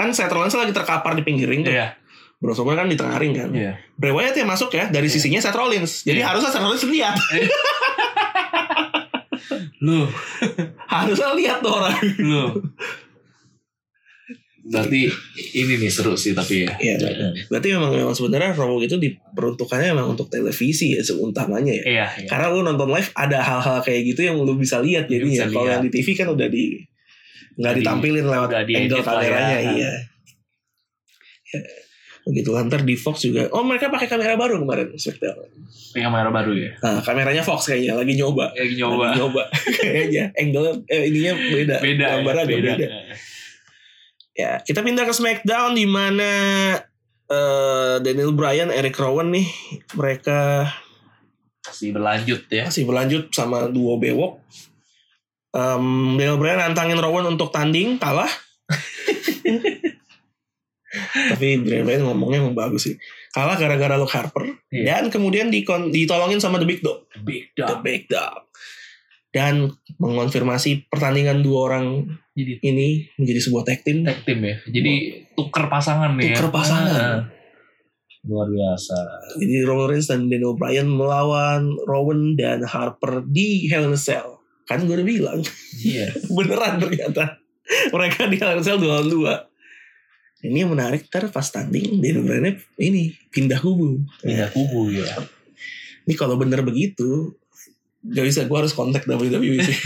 kan Seth Rollins lagi terkapar di kan? pinggir ring tuh.
Iya.
Braun Strowman kan di tengah ring kan.
Iya.
Bray Wyatt yang masuk ya dari
Iya.
sisinya Seth Rollins. Jadi
Iya.
harusnya Seth Rollins lihat.
Lu,
harusnya lihat tuh orang.
lu. Berarti ini nih seru sih tapi ya.
Iya. Berarti memang memang sebenarnya Raw itu diperuntukannya memang untuk televisi ya seutamanya ya.
Iya. iya.
Karena lu nonton live ada hal-hal kayak gitu yang lu bisa lihat
Lu bisa
jadinya. Kalau
lihat.
yang di TV kan udah di nggak
Jadi,
ditampilin lewat
udah diedit
angle
lah ya.
kameranya, iya. Ya. Begitu lantar di Fox juga. Oh mereka pakai kamera baru kemarin Smackdown.
Ini kamera baru ya.
Nah, kameranya Fox kayaknya lagi nyoba.
Lagi
Lagi
nyoba.
nyoba kayaknya angle eh, ininya beda
Beda. ya,
gambarnya agak beda. ya kita pindah ke Smackdown di mana eh, Daniel Bryan Eric Rowan nih mereka
Masih berlanjut ya.
masih berlanjut sama duo bewok Em, Daniel Bryan nantangin Rowan untuk tanding kalah tapi Daniel Bryan ngomongnya emang bagus sih kalah gara-gara Luke Harper
Iya.
dan kemudian dikon- ditolongin sama The Big Dog
Big
The
dog.
Big Dog dan mengonfirmasi pertandingan dua orang
Jadi
ini menjadi sebuah tag team
tag team ya. Jadi tuker pasangan nih. ya.
Tuker pasangan.
Ah. Luar biasa.
jadi Roman Reigns dan Daniel Bryan melawan Rowan dan Harper di Hell in a Cell kan gue udah bilang
Iya.
beneran ternyata mereka di Hell in a Cell dua lawan dua ini yang menarik ntar pas tanding Daniel Bryan ini pindah kubu
Pindah kubu ya.
ini kalau bener begitu gak bisa gue harus kontak WWE sih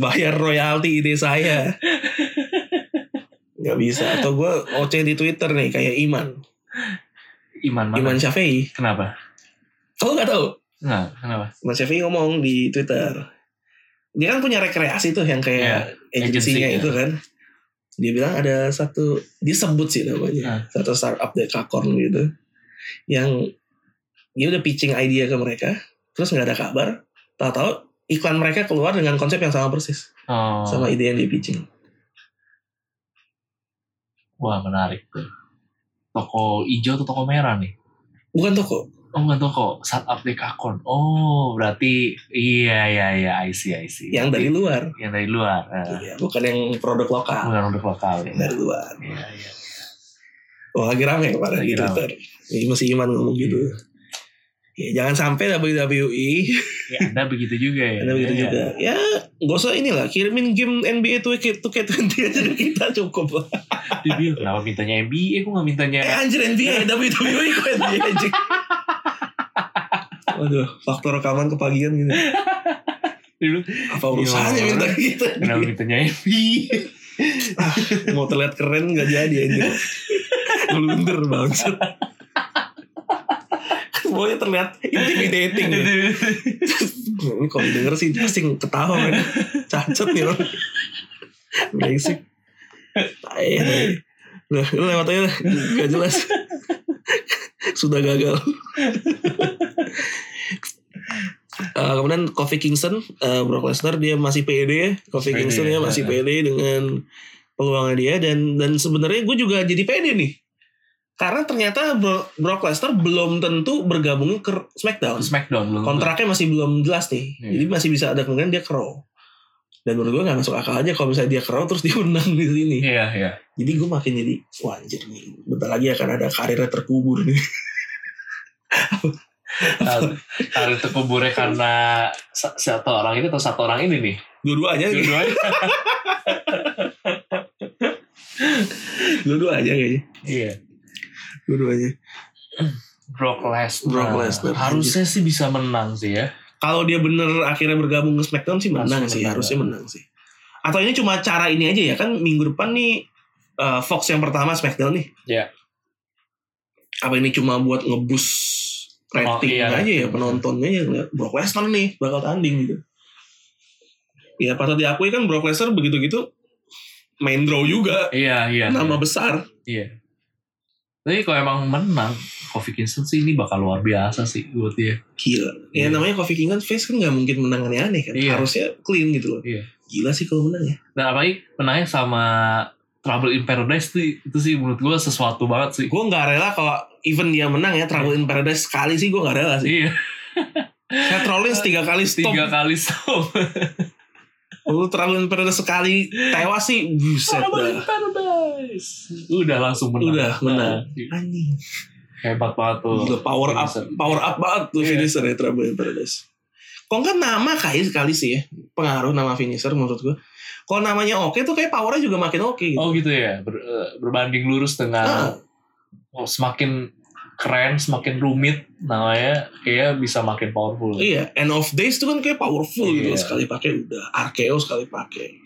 bayar royalti ide saya gak bisa atau gue oceh di Twitter nih kayak Iman
Iman mana?
Iman Syafi'i
Kenapa?
kalau nggak tahu
Enggak, kenapa?
Mas Chevy ngomong di Twitter. Dia kan punya rekreasi tuh yang kayak
Iya,
agensinya
agensinya.
itu kan. Dia bilang ada satu disebut sih
Ah.
namanya. Satu startup dari Cacorn gitu. Yang dia udah pitching idea ke mereka, terus nggak ada kabar. Tahu-tahu iklan mereka keluar dengan konsep yang sama persis
Oh.
sama ide yang dia pitching.
Wah, menarik tuh. Toko hijau atau toko merah nih?
Bukan toko.
Oh, bukan toko. Startup Dekakon. Oh, berarti iya iya iya, I see I see.
Yang dari luar.
yang dari luar. eh.
Iya, bukan yang produk lokal.
bukan untuk lokal ya.
Dari luar.
Iya, iya.
Wah Oh, lagi rame kemarin
Lagi
di
rame. Iya.
Twitter. Ya, masih iman ngomong gitu. Ya, jangan sampai WWE
Ya, Anda begitu juga ya.
Ada begitu
Iya.
juga. Ya, gak usah inilah. Kirimin game NBA 2K, 2K20 aja ke kita cukup lah.
Dia bilang, kenapa mintanya MBA? Kok nggak mintanya
Eh anjir
Iya.
NBA, WWE E kok NBA anjir. Waduh, faktor rekaman kepagian gitu.
dulu?
Apa urusannya
Iya.
minta kita?
Kenapa mintanya MBA?
Mau terlihat keren gak jadi anjir. Blunder bangsat. Semuanya terlihat intimidating ya. Ini kalau denger sih pasti ketawa mereka. Cacat nih orang. Basic. Tai. Lu lu lewat aja dah. Gak jelas. Sudah gagal. Eh, kemudian Kofi Kingston, eh, Brock Lesnar dia masih pede, Kofi
Pede,
Kingston ya
ya.
masih pede dengan peluangnya dia dan dan sebenarnya gue juga jadi pede nih. Karena ternyata Bro- Brock Lesnar belum tentu bergabung ke SmackDown
Smackdown belum.
kontraknya masih belum jelas nih.
Iya.
Jadi masih bisa ada kemungkinan dia kero. Dan menurut gue gak masuk akal aja kalau misalnya dia kero terus dia menang di sini.
Iya, iya.
Jadi gue makin jadi, wah anjir nih. Bentar lagi akan ada karirnya terkubur nih.
Tar- Tarik terkuburnya karena sa- satu orang ini atau satu orang ini nih.
Dua-duanya, kayaknya.
Dua-duanya.
dua-duanya kayaknya.
Iya.
Dua-duanya.
Brock Lesnar.
Brock Lesnar.
Harusnya sih bisa menang sih ya.
Kalau dia bener akhirnya bergabung ke SmackDown sih menang
Langsung
sih.
menang. ya.
Harusnya menang sih. Atau ini cuma cara ini aja ya kan minggu depan nih eh, Fox yang pertama Smackdown nih.
Iya.
Apa ini cuma buat ngebus rating
iya,
aja ya
rating.
penontonnya ya ngeliat Brock Lesnar nih bakal tanding gitu. Ya patut diakui kan Brock Lesnar begitu-gitu main draw juga
Iya, iya.
nama besar.
Iya. Tapi kalau emang menang, Kofi Kingston sih ini bakal luar biasa sih buat dia.
Gila. Ya
Iya.
namanya Kofi Kingston face kan nggak mungkin menang aneh-aneh kan.
Iya.
Harusnya clean gitu loh.
Iya.
Gila sih kalau menang ya.
Dan Nah, apalagi menangnya sama Trouble in Paradise tuh, itu sih menurut gue sesuatu banget sih.
Gue nggak rela kalau even dia menang ya Trouble in Paradise sekali sih gue nggak rela sih.
Iya,
Seth Rollins tiga kali stop.
tiga kali stop.
Lu Trouble in Paradise sekali tewas sih. Buset
Trouble in
dah.
Paradise. Udah langsung menang.
Udah, menang.
Nah,
Anjing.
Hebat banget tuh.
Gila power up,
Oh. Finisher.
power up banget tuh
Iya.
finisher ya Trouble in Paradise. Kok nggak nama kayak sekali sih ya pengaruh nama finisher menurut gue. Kalau namanya oke tuh kayak powernya juga makin oke. gitu.
Oh iya. gitu ya, Ber- eh, berbanding
Ah.
lurus dengan oh, semakin keren, semakin rumit namanya, kayak bisa makin powerful.
Iya, End of Days itu kan kayak powerful gitu
Iya.
sekali pakai udah, RKO sekali pakai,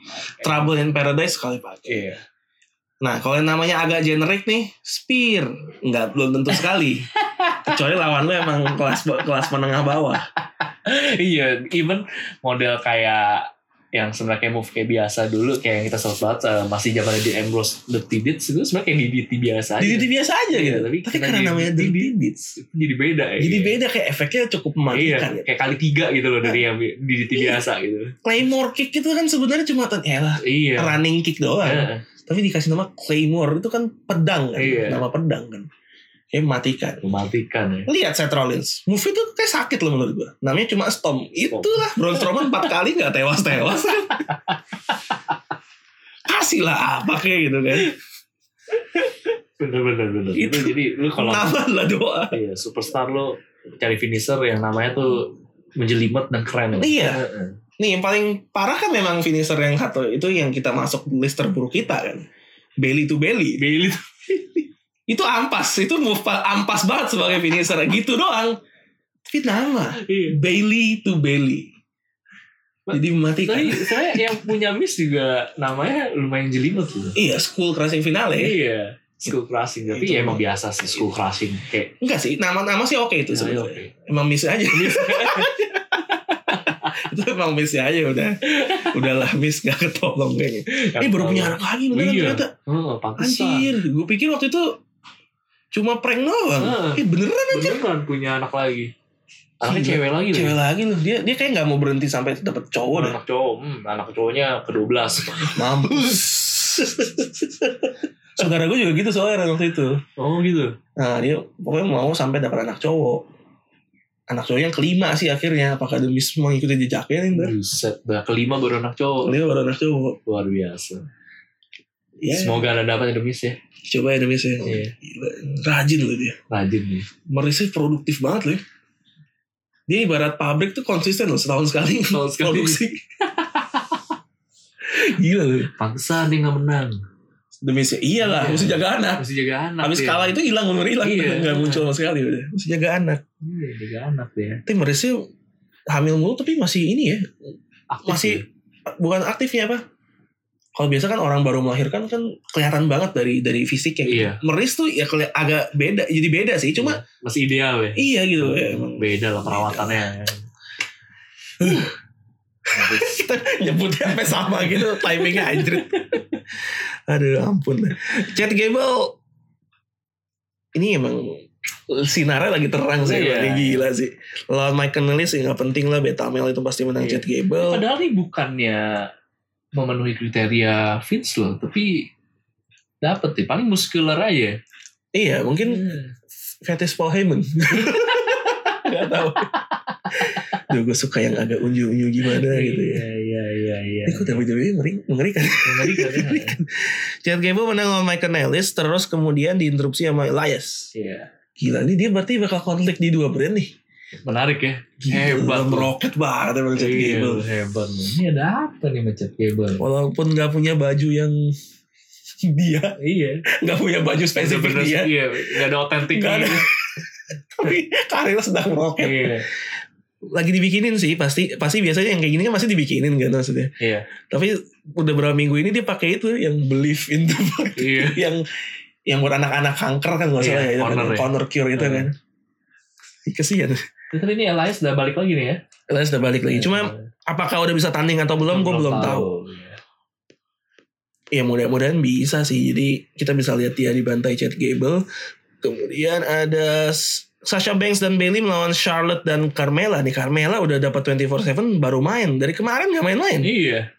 Trouble in Paradise sekali pakai.
Iya.
Nah, kalau yang namanya agak generik nih, Spear nggak belum tentu sekali. Kecuali lawan lu emang kelas kelas menengah bawah.
iya, even model kayak yang sebenarnya kayak move kayak biasa dulu kayak yang kita sebut banget eh, masih zaman di Ambrose The Tidits itu sebenarnya kayak DDT biasa aja.
Jadi biasa aja
Iya,
gitu. Tapi,
tapi karena
karena
dia-
namanya
dia-
Dirty Beats,
Itu jadi beda ya.
jadi beda kayak efeknya cukup
Iya,
mematikan. ya.
kayak kali tiga gitu loh dari yang bi- DDT
Iya.
biasa gitu.
Claymore kick itu kan sebenarnya cuma tan ya lah,
Iya. Eh,
running kick doang.
Heeh.
Tapi dikasih nama Claymore itu kan pedang kan,
Iya.
nama pedang kan. Kayak mematikan.
Mematikan ya.
lihat Seth Rollins move itu kayak sakit loh menurut gua namanya cuma Storm itulah Braun Strowman 4 kali nggak tewas tewas kasih lah apa kayak gitu kan
Bener bener bener. Itu
Itu-
jadi lu kalau
nama lah doa
iya, superstar lu cari finisher yang namanya tuh menjelimet dan keren. ya.
Iya.
Heeh.
nih yang paling parah kan memang finisher yang satu itu yang kita masuk list terburuk kita kan belly to belly
Bailey
itu ampas itu move pa- ampas banget sebagai finisher gitu doang tapi nama
Iya.
belly to belly jadi kan? mematikan
Tapi saya yang punya miss juga namanya lumayan jelimet loh.
iya school crushing finale
Iya. School crushing tapi
Itu.
ya emang biasa sih school crushing kayak
Enggak sih, nama-nama sih oke itu
Nah,
sebenarnya.
oke.
Emang miss aja. itu emang miss aja udah. Udahlah miss gak ketolong kayaknya. Ini baru punya anak lagi beneran
Iya.
ternyata.
Oh, pantesan.
Anjir, gue pikir waktu itu cuma prank doang. Eh
Heeh.
beneran
Beneran punya anak lagi. Anaknya
Gila.
cewek lagi
cewek
loh.
lagi loh. Dia dia kayak nggak mau berhenti sampai dapet cowok dah.
Anak cowok, hmm, anak cowoknya ke-12.
Mampus. Saudara gue juga gitu soalnya waktu itu.
Oh gitu.
Nah dia pokoknya mau sampai dapat anak cowok. Anak cowok yang kelima sih akhirnya. Apakah demi mengikuti jejaknya nih? Ber?
Buset, dah kelima baru anak cowok.
Dia baru anak cowok.
Luar biasa.
Ya,
Semoga anda dapat Indonesia. ya.
coba ya Demis ya.
Iya.
Gila, Rajin loh dia.
Rajin nih.
Merisnya produktif banget loh. ya. Dia ibarat pabrik tuh konsisten loh setahun sekali
Setahun sekali.
produksi. Gila loh.
Pantesan dia nggak menang.
Demis ya. Iyalah,
Iya.
mesti jaga anak.
Masih jaga anak.
Habis
dia.
kalah itu hilang bener hilang
Iya.
nggak muncul sama sekali udah. Mesti jaga anak.
Iya, jaga anak ya.
Tapi Merisnya hamil mulu tapi masih ini ya,
Aktif
masih
ya.
bukan aktifnya apa? Kalau biasa kan orang baru melahirkan kan kelihatan banget dari dari fisiknya. gitu.
Iya.
Meris tuh ya keli- agak beda, jadi beda sih. Cuma
masih ideal ya.
Iya gitu ya, emang.
beda lah perawatannya
Iya. Kita nyebutnya sampai sama gitu timingnya anjir. Aduh ampun. Chat Gable ini emang sinarnya lagi terang sih,
Iya.
lagi gila sih. Lawan Michael Nelly sih nggak penting lah, Betamel itu pasti menang
Iya.
Chat Gable.
padahal ini bukannya memenuhi kriteria Vince loh tapi dapet sih paling muscular aja
Iya, mungkin
Hmm.
fetish Paul Heyman. gak tahu. Duh, gue suka yang agak unyu-unyu gimana gitu ya.
iya iya iya iya
Ini kok WWE mengeri- mengerikan.
Mengerikan ya.
Chad Gable menang lawan Michael Ellis terus kemudian diinterupsi sama Elias.
Iya.
Gila ini dia berarti bakal konflik di dua brand nih.
menarik ya
Gila,
hebat loh.
meroket banget emang Chad
Iya,
Gable.
hebat loh. ini ada apa nih macet cable
Walaupun nggak punya baju yang dia
iya
nggak punya baju spesifik dia,
Bener-bener iya nggak ada otentik
Nggak ada. tapi karirnya sedang meroket.
iya
lagi dibikinin sih pasti pasti biasanya yang kayak gini kan pasti dibikinin kan maksudnya
Iya.
tapi udah berapa minggu ini dia pakai itu yang believe in the
Iya.
yang yang buat anak-anak kanker kan nggak
Iya,
salah ya, itu kan,
corner ya. Iya.
corner cure itu
Hmm.
kan kesian
Terus ini Elias udah balik lagi nih ya.
Elias udah balik lagi cuma apakah udah bisa tanding atau belum gue belum tahu
Iya.
ya mudah-mudahan bisa sih jadi kita bisa lihat dia di bantai Chad Gable kemudian ada S- Sasha Banks dan Bailey melawan Charlotte dan Carmela nih Carmela udah dapat 24/7 baru main dari kemarin nggak main-main
Iya.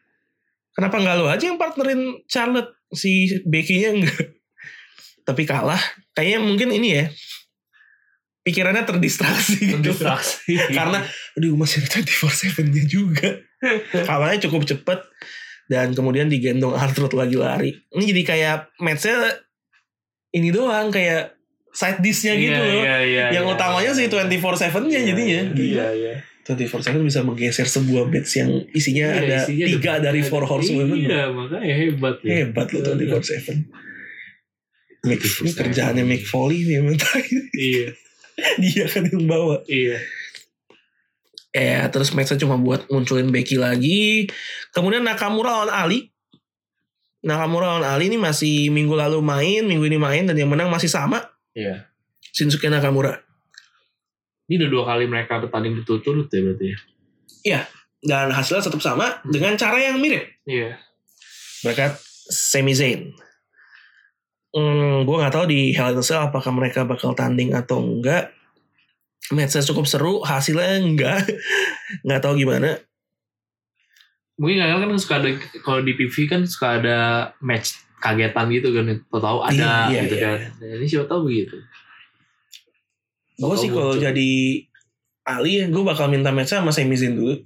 kenapa nggak lo aja yang partnerin Charlotte si Becky-nya enggak tapi kalah kayaknya mungkin ini ya pikirannya terdistraksi gitu
Distraksi.
karena aduh masih ada 24 nya juga kalahnya cukup cepet dan kemudian digendong Arthur lagi lari ini jadi kayak matchnya ini doang kayak side dish-nya gitu
Iya,
loh
iya, iya,
yang
iya.
utamanya sih 24-7 nya
Iya,
jadinya
Iya, iya.
24-7 bisa menggeser sebuah match yang isinya
Iya,
ada
isinya
tiga
ada-
dari four horsewomen
Iya, makanya hebat ya.
hebat loh 24-7 Mick, ini kerjaannya Mick Foley nih emang.
Iya.
dia kan yang bawa
Iya.
Eh, terus matchnya cuma buat munculin Becky lagi. Kemudian Nakamura lawan Ali. Nakamura lawan Ali ini masih minggu lalu main, minggu ini main, dan yang menang masih sama.
Iya.
Shinsuke Nakamura.
Ini udah dua kali mereka bertanding berturut-turut ya berarti ya.
Dan hasilnya tetap sama dengan cara yang mirip.
Iya.
Mereka Sami Zayn. Hmm, gue nggak tahu di Hell in a Cell apakah mereka bakal tanding atau enggak. Matchnya cukup seru, hasilnya enggak. Nggak tahu gimana.
Mungkin kadang kan suka ada kalau di TV kan suka ada match kagetan gitu kan tahu
Iya,
ada
iya,
gitu
iya.
kan. Nah, ini siapa tahu begitu.
Gue sih kalau
Muncul.
jadi Ali, gue bakal minta matchnya sama Sami Zayn dulu.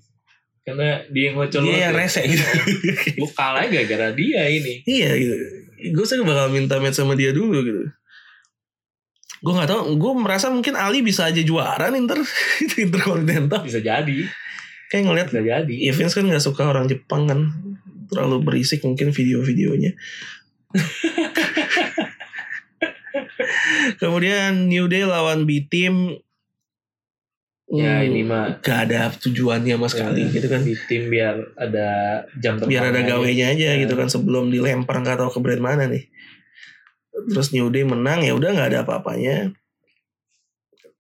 Karena dia yang ngocol
Iya, yang
banget ya.
rese gitu.
Lu kalahnya gara-gara dia ini.
iya gitu. Gue sih bakal minta match sama dia dulu gitu. Gue gak tau, gue merasa mungkin Ali bisa aja juara nih ntar Intercontinental.
Bisa jadi.
Kayak ngeliat,
Bisa jadi.
ya Vince kan gak suka orang Jepang kan. Terlalu berisik mungkin video-videonya. Kemudian New Day lawan B-Team.
Ya
Hmm,
ini mah ya,
Gak ada tujuannya sama sekali gitu kan.
di tim biar ada jam terbang.
biar ada gawenya aja
Ya.
gitu kan sebelum dilempar nggak tahu ke brand mana nih terus New Day menang ya udah nggak ada apa-apanya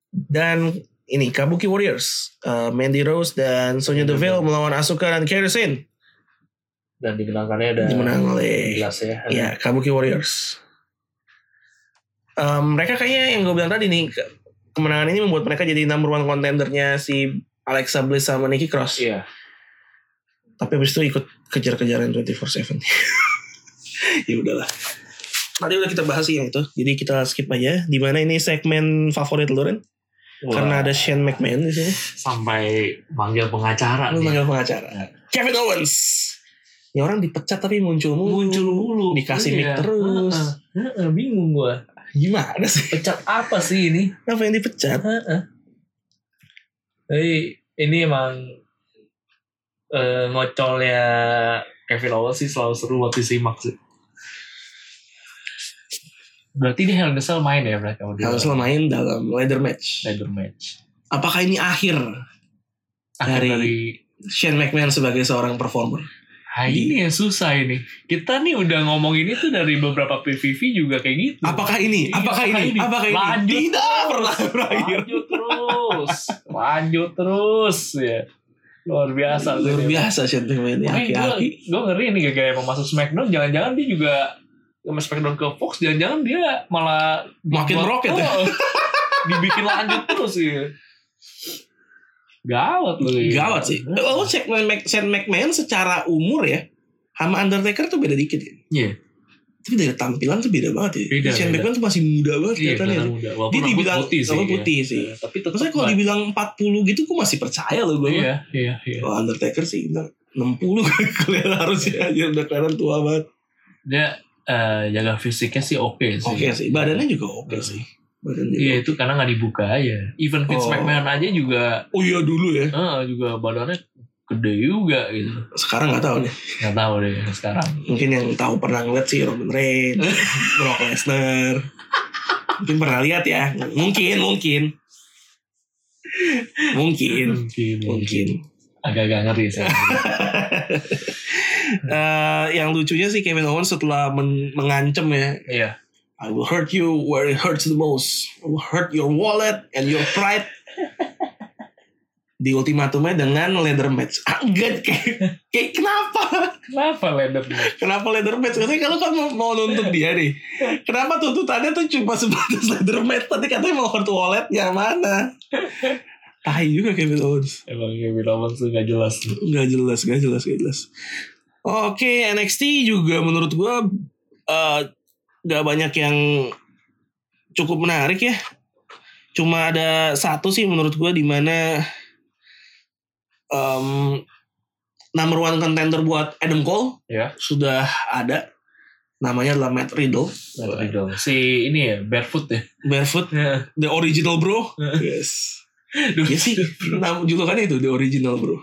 dan ini Kabuki Warriors eh, Mandy Rose dan Sonya Deville melawan Asuka dan Kerosene
dan dimenangkannya ada
dimenang oleh
jelas ya.
ya Kabuki Warriors Eh, mereka kayaknya yang gue bilang tadi nih ke- kemenangan ini membuat mereka jadi number one contendernya si Alexa Bliss sama Nikki Cross
Iya.
tapi abis itu ikut kejar-kejaran 24/7 ya udahlah tadi udah kita bahas sih yang itu jadi kita skip aja di mana ini segmen favorit lu Ren karena ada Shane McMahon di sini
sampai manggil pengacara
lu
nih.
manggil
Iya.
pengacara Kevin Owens ini orang dipecat tapi muncul mulu
muncul mulu Iya.
dikasih mic terus.
Heeh, heeh, bingung gua
gimana sih
pecat apa sih ini
apa yang dipecat
Heeh. Jadi ini emang eh, ngocolnya Kevin Owens sih selalu seru waktu simak sih. Berarti dia Hell in a Cell main ya mereka udah
kalau selama main dalam ladder match
ladder match.
apakah ini akhir
Akhir
Dari-
dari,
Shane McMahon sebagai seorang performer
Ah, ini yang susah ini. Kita nih udah ngomongin itu dari beberapa PVV juga kayak gitu.
apakah ini
Iya,
apakah ini apakah ini
Lanjut
tidak
terus.
pernah berakhir
Lanjut terus. Lanjut terus ya. Luar biasa. tuh
luar
dia.
biasa Shane McMahon ini
Makanya
aki-aki
gue, gue ngeri nih gara-gara mau masuk SmackDown. Jangan-jangan dia juga sama SmackDown ke Fox. Jangan-jangan dia malah
Makin
dibuat-
rocket ya?
Oh, dibikin lanjut terus ya. Gawat loh. ya.
Gawat sih. Lalu segmen Mac- Shane McMahon secara umur ya sama Undertaker tuh beda dikit ya.
Iya.
Tapi dari tampilan tuh beda banget ya.
Beda,
Shane
beda.
McMahon tuh masih muda banget
Iya,
kelihatannya.
kelihatan muda. Walaupun
Dia
rambut
dibilang
putih sih.
rambut
ya.
putih sih.
Iya, Tapi tetap
Maksudnya kalau
lah.
dibilang 40 gitu gue masih percaya loh gue.
Iya, iya, iya.
Kalau Undertaker sih bilang 60 kan kelihatan harusnya aja udah kelihatan tua banget.
Dia eh, jaga fisiknya sih oke Iya sih.
Oke sih, badannya juga oke sih. Badannya.
Iya itu karena nggak dibuka aja. Even Vince
Oh.
McMahon aja juga,
Oh iya dulu ya.
eh, juga badannya gede juga gitu.
Sekarang nggak tahu nih.
Nggak tahu deh sekarang.
Mungkin yang tahu pernah ngeliat sih Roman Reigns, Brock Lesnar. Mungkin pernah lihat ya. Mungkin, mungkin. mungkin
mungkin
mungkin
agak-agak ngeri sih
Eh, yang lucunya sih Kevin Owens setelah men- mengancam ya
iya
I will hurt you where it hurts the most I will hurt your wallet and your pride di ultimatumnya dengan leather match agak kayak kayak kenapa
kenapa ledep
Kenapa leather match? Katanya kalau kan mau, mau nuntut dia nih. Kenapa tuntutannya tuh cuma sebatas leather match? Tadi katanya mau hurt wallet yang mana? Tai juga Kevin Owens.
emang Kevin Owens tuh gak jelas
Gak jelas, gak jelas, gak jelas. Oke, NXT juga menurut gua eh, gak banyak yang cukup menarik ya. Cuma ada satu sih menurut gua di mana em, number one contender buat Adam Cole
ya
sudah ada namanya adalah Matt Riddle
Matt Riddle. si ini ya barefoot ya
barefoot the original bro yes
Duh.
ya sih nama julukannya itu the original bro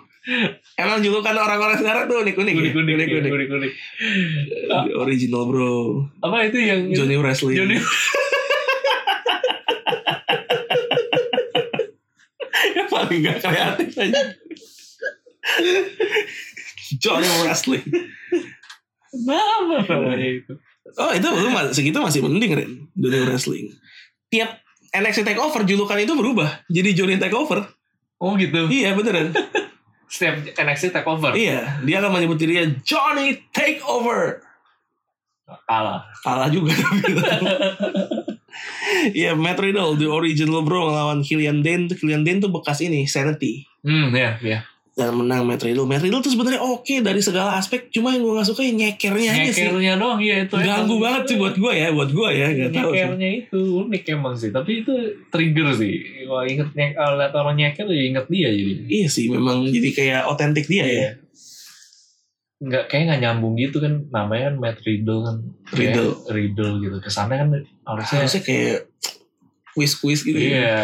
emang julukan orang-orang sekarang tuh unik unik
kulik kulik
unik
kulik kulik
the original bro
apa itu yang
Johnny Wrestling
Johnny
Yang paling gak kreatif aja Johnny Wrestling
Kenapa namanya itu
oh itu lu ma- segitu masih mending Ren Johnny Wrestling tiap NXT Takeover julukan itu berubah jadi Johnny Takeover
oh gitu
iya beneran
setiap NXT takeover
Iya, dia akan menyebut dirinya Johnny Takeover.
kalah
Kalah juga tapi. Iya, Matt Riddle, the original bro ngelawan Killian Dane. Killian Dane tuh bekas ini, Sanity.
hmm ya ya
Dan menang Matt Riddle. Matt Riddle tuh sebenarnya oke dari segala aspek. Cuma yang gue gak suka ya nyekernya aja sih.
nyekernya doang ya itu
Ganggu
emang.
banget sih buat gue ya, buat gue ya. Gak tau sih.
nyekernya itu unik emang sih tapi itu trigger sih kalau inget nyek- kalau lihat orang nyeker ya inget dia jadi
Iya sih, memang jadi kayak otentik dia
Iya.
ya.
nggak kayak nggak nyambung gitu kan namanya kan Matt Riddle kan Kayak
Riddle. Ah,
Riddle gitu kesannya kan harusnya
Harusnya kayak kuis-kuis gitu ya.
iya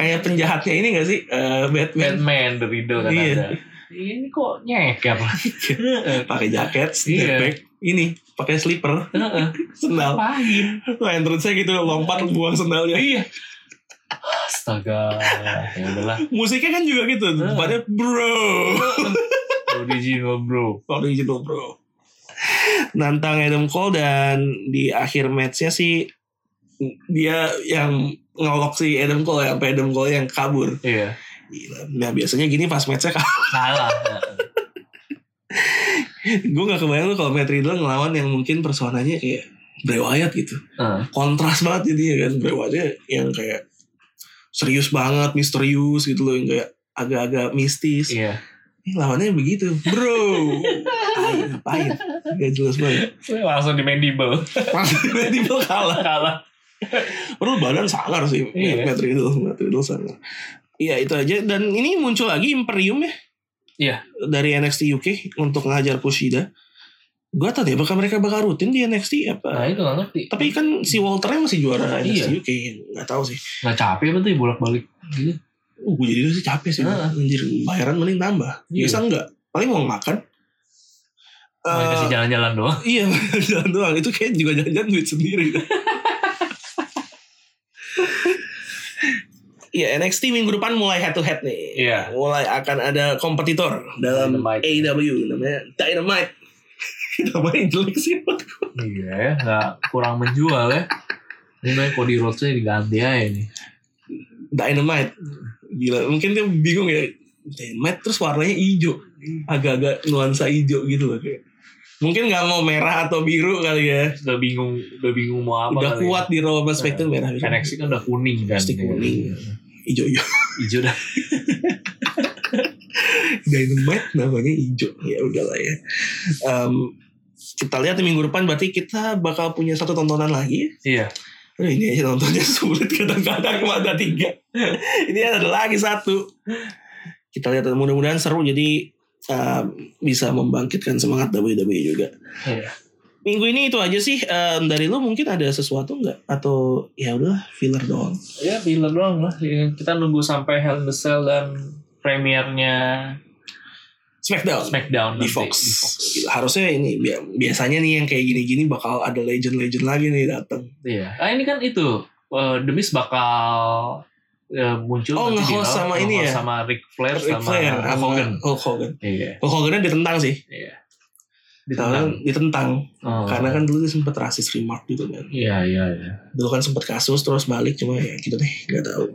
Kayak penjahatnya ini gak sih? Eh, Batman.
Batman the Riddle kan
Iya.
ada Iya, ini kok nyeker
Pakai jaket,
Iya.
snapback. Ini, pakai slipper.
Heeh.
sendal
ngapain
nah entrance-nya gitu lompat buang sendalnya
iya astaga ya udahlah
musiknya kan juga gitu
Heeh.
pada bro
original bro
original bro nantang Adam Cole dan di akhir matchnya sih dia yang ngolok si Adam Cole yang Adam Cole yang kabur
iya
Gila. nah biasanya gini pas matchnya
salah
gue gak kebayang tuh kalau Matt Riddle ngelawan yang mungkin personanya kayak Bray Wyatt gitu
Heeh.
kontras banget jadinya kan Bray Wyatt yang kayak serius banget misterius gitu loh yang kayak agak-agag mistis
iya
Ini lawannya begitu, bro. Tai, Ngapain? Gak jelas banget.
langsung di mandible
Langsung tiba-tiba Oh, kalah.
kalah
Perlu badan sangar sih.
Iya.
Matt Riddle, Matt Riddle sangar. Iya itu aja. Dan ini muncul lagi Imperium ya.
Iya.
Dari NXT UK untuk ngajar Kushida. Gue tadi apakah mereka bakal rutin di NXT apa?
nah itu nggak ngerti
Tapi kan si Walternya masih juara NXT
Iya.
UK. Gak tahu sih.
nggak capek apa tuh ya bolak-balik gitu
Uh, gue jadi sih capek sih.
Heeh.
Anjir, bayaran mending tambah.
Iya.
Bisa enggak? Paling mau makan.
Cuma
Eh,
dikasih jalan-jalan doang
Iya jalan doang Itu kayak juga jalan-jalan duit sendiri Iya NXT minggu depan mulai head to head nih
Iya.
Mulai akan ada kompetitor Dalam
Dynamite.
AEW Namanya Dynamite Namanya jelek sih buat gue.
iya ya nggak kurang menjual ya ini namanya Cody Rhodesnya diganti aja nih
Dynamite Gila mungkin dia bingung ya Dynamite terus warnanya hijau Agak-agak nuansa hijau gitu loh kayak. Mungkin gak mau merah atau biru kali ya
udah bingung udah bingung mau apa
Udah
kali. ya?
kuat di Raw sama SmackDown merah biru.
NXT kan udah kuning kan
Pasti kuning. Hijau-hijau
hijau dah
Dynamite namanya hijau ya udahlah ya Em, kita lihat minggu depan berarti kita bakal punya satu tontonan lagi
iya
Aduh, ini aja nontonnya sulit kadang-kadang cuma ada tiga ini ada lagi satu kita lihat mudah-mudahan seru jadi em, bisa membangkitkan semangat WWE juga
Iya.
minggu ini itu aja sih Em, dari lu mungkin ada sesuatu nggak atau ya udah filler doang
ya filler doang lah Ya, kita nunggu sampai Hell in the Cell dan premiernya
Smackdown
Smackdown
Oh, di
nanti.
Fox.
Di Fox.
Gila, harusnya ini bi- biasanya nih yang kayak gini-gini bakal ada legend-legend lagi nih datang.
iya ah ini kan itu eh, The Miz bakal eh, muncul
Oh,
nanti di
nge-host
Raw,
sama ini
nge-host
ya?
sama Ric Flair
Ric
sama
Flair,
Hulk Hogan
Hulk Hogan.
iya
Hulk Hogan ditentang sih.
iya
Ditentang.
ditentang
ditentang.
Oh.
Karena kan dulu dia sempat rasis remark gitu kan.
iya iya iya
Dulu kan sempat kasus terus balik cuma ya gitu deh, nggak tahu.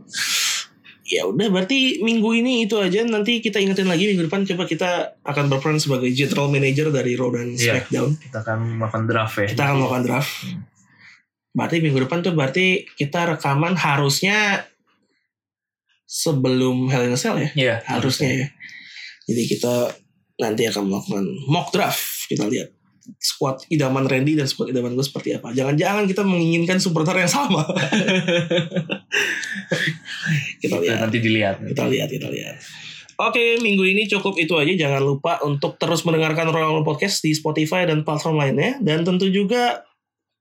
Ya udah berarti minggu ini itu aja nanti kita ingetin lagi minggu depan coba kita akan berperan sebagai general manager dari Raw dan
Iya.
SmackDown.
kita akan makan draft ya
Kita akan melakukan draft. Berarti minggu depan tuh berarti kita rekaman harusnya sebelum Hell in a Cell ya.
iya
harusnya ya. Jadi kita nanti akan melakukan mock draft. Kita lihat squad idaman Randy dan squad idaman gue seperti apa. Jangan-jangan kita menginginkan supporter yang sama. kita
Kita
lihat,
nanti dilihat
Iya. kita lihat, kita lihat. Oke, minggu ini cukup itu aja. Jangan lupa untuk terus mendengarkan Royal Rumble Podcast di Spotify dan platform lainnya. Dan tentu juga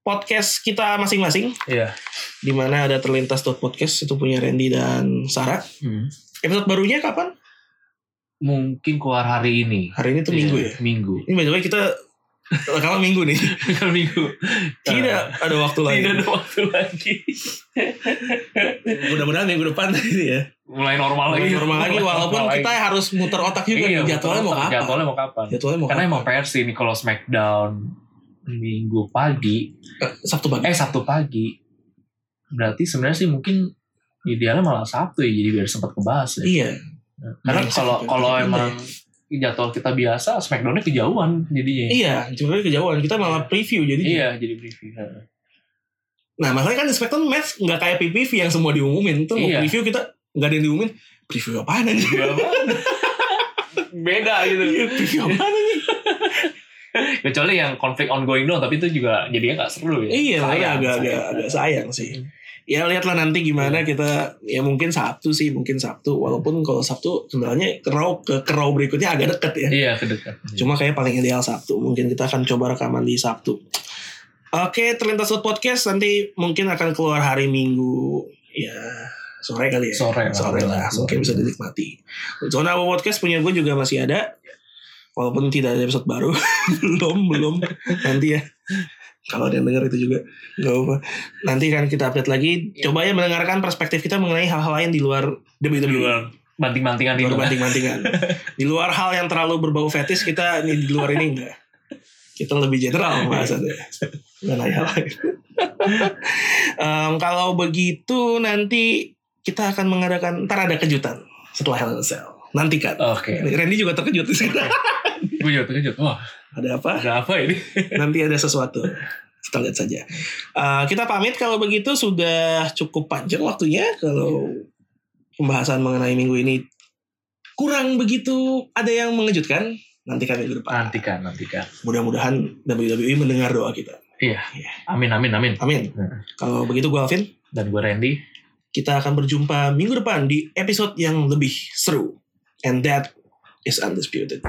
podcast kita masing-masing.
iya
Di mana ada Terlintas Podcast itu punya Randy dan Sarah.
Hmm.
Episode barunya kapan?
mungkin keluar hari ini
Hari ini tuh minggu ya.
Iya, minggu
Ini by the way kita rekaman minggu nih.
Kan minggu
Tidak ada waktu
Eh,
lagi.
tidak ada waktu lagi
Mudah-mudahan minggu depan ini ya.
mulai normal lagi
Normal lagi walaupun
Oh, iya. Normal
kita
lagi.
harus muter otak juga
Iya,
nih, jadwalnya mau
betul.
kapan. Iya.
jadwalnya mau kapan
Jadwalnya mau
karena
kapan.
emang PR sih ini kalau Smackdown minggu pagi
Eh, Sabtu pagi.
eh Sabtu pagi berarti sebenarnya sih mungkin idealnya malah Sabtu ya jadi biar sempat kebahas ya
Iya.
karena
Iya,
kalau
Sabtu.
kalau
Iya.
emang jadwal kita biasa Smackdownnya kejauhan jadinya
Iya, sebenarnya kejauhan. Kita malah preview jadi.
iya jadi preview Heeh.
Nah, masalahnya kan di Smackdown match nggak kayak PPV yang semua diumumin. Itu mau
Iya.
preview kita nggak ada yang diumumin. Preview apaan aja?
Gila banget. beda gitu
Iya, preview apaan aja?
kecuali yang konflik ongoing doang tapi itu juga jadinya gak seru ya
Iya, makanya agak,
Sayang, Hmm.
agak,
sayang.
agak sayang sih. Ya lihatlah nanti gimana
Iya.
kita ya mungkin Sabtu sih mungkin Sabtu walaupun kalau Sabtu sebenarnya kerau ke kerau berikutnya agak deket ya.
iya kedekat
Cuma kayak paling ideal Sabtu mungkin kita akan coba rekaman di Sabtu. Oke terlintas Out podcast nanti mungkin akan keluar hari Minggu ya sore kali ya.
Sore lah.
sore lah mungkin bisa dinikmati. Zona Abu podcast punya gue juga masih ada walaupun tidak ada episode baru belum belum nanti ya kalau ada yang dengar itu juga nggak apa nanti kan kita update lagi
Iya.
coba ya mendengarkan perspektif kita mengenai hal-hal lain di luar E. WWE
di luar banting-bantingan
di
itu
luar
kan.
banting-bantingan di luar hal yang terlalu berbau fetis kita ini di luar ini enggak kita lebih general bahasannya dan lain-lain Em, kalau begitu nanti kita akan mengadakan ntar ada kejutan setelah Hell in a Cell nantikan
oke
Randy juga terkejut di sana
gue juga terkejut wah
ada apa
ada apa ini
nanti ada sesuatu kita lihat saja Eh, kita pamit kalau begitu sudah cukup panjang waktunya kalau pembahasan mengenai minggu ini kurang begitu ada yang mengejutkan nantikan minggu depan
nantikan nantikan
mudah-mudahan WWE mendengar doa kita
amin amin amin
amin
Hmm.
kalau begitu gue Alvin
dan gue Randy
kita akan berjumpa minggu depan di episode yang lebih seru and that is undisputed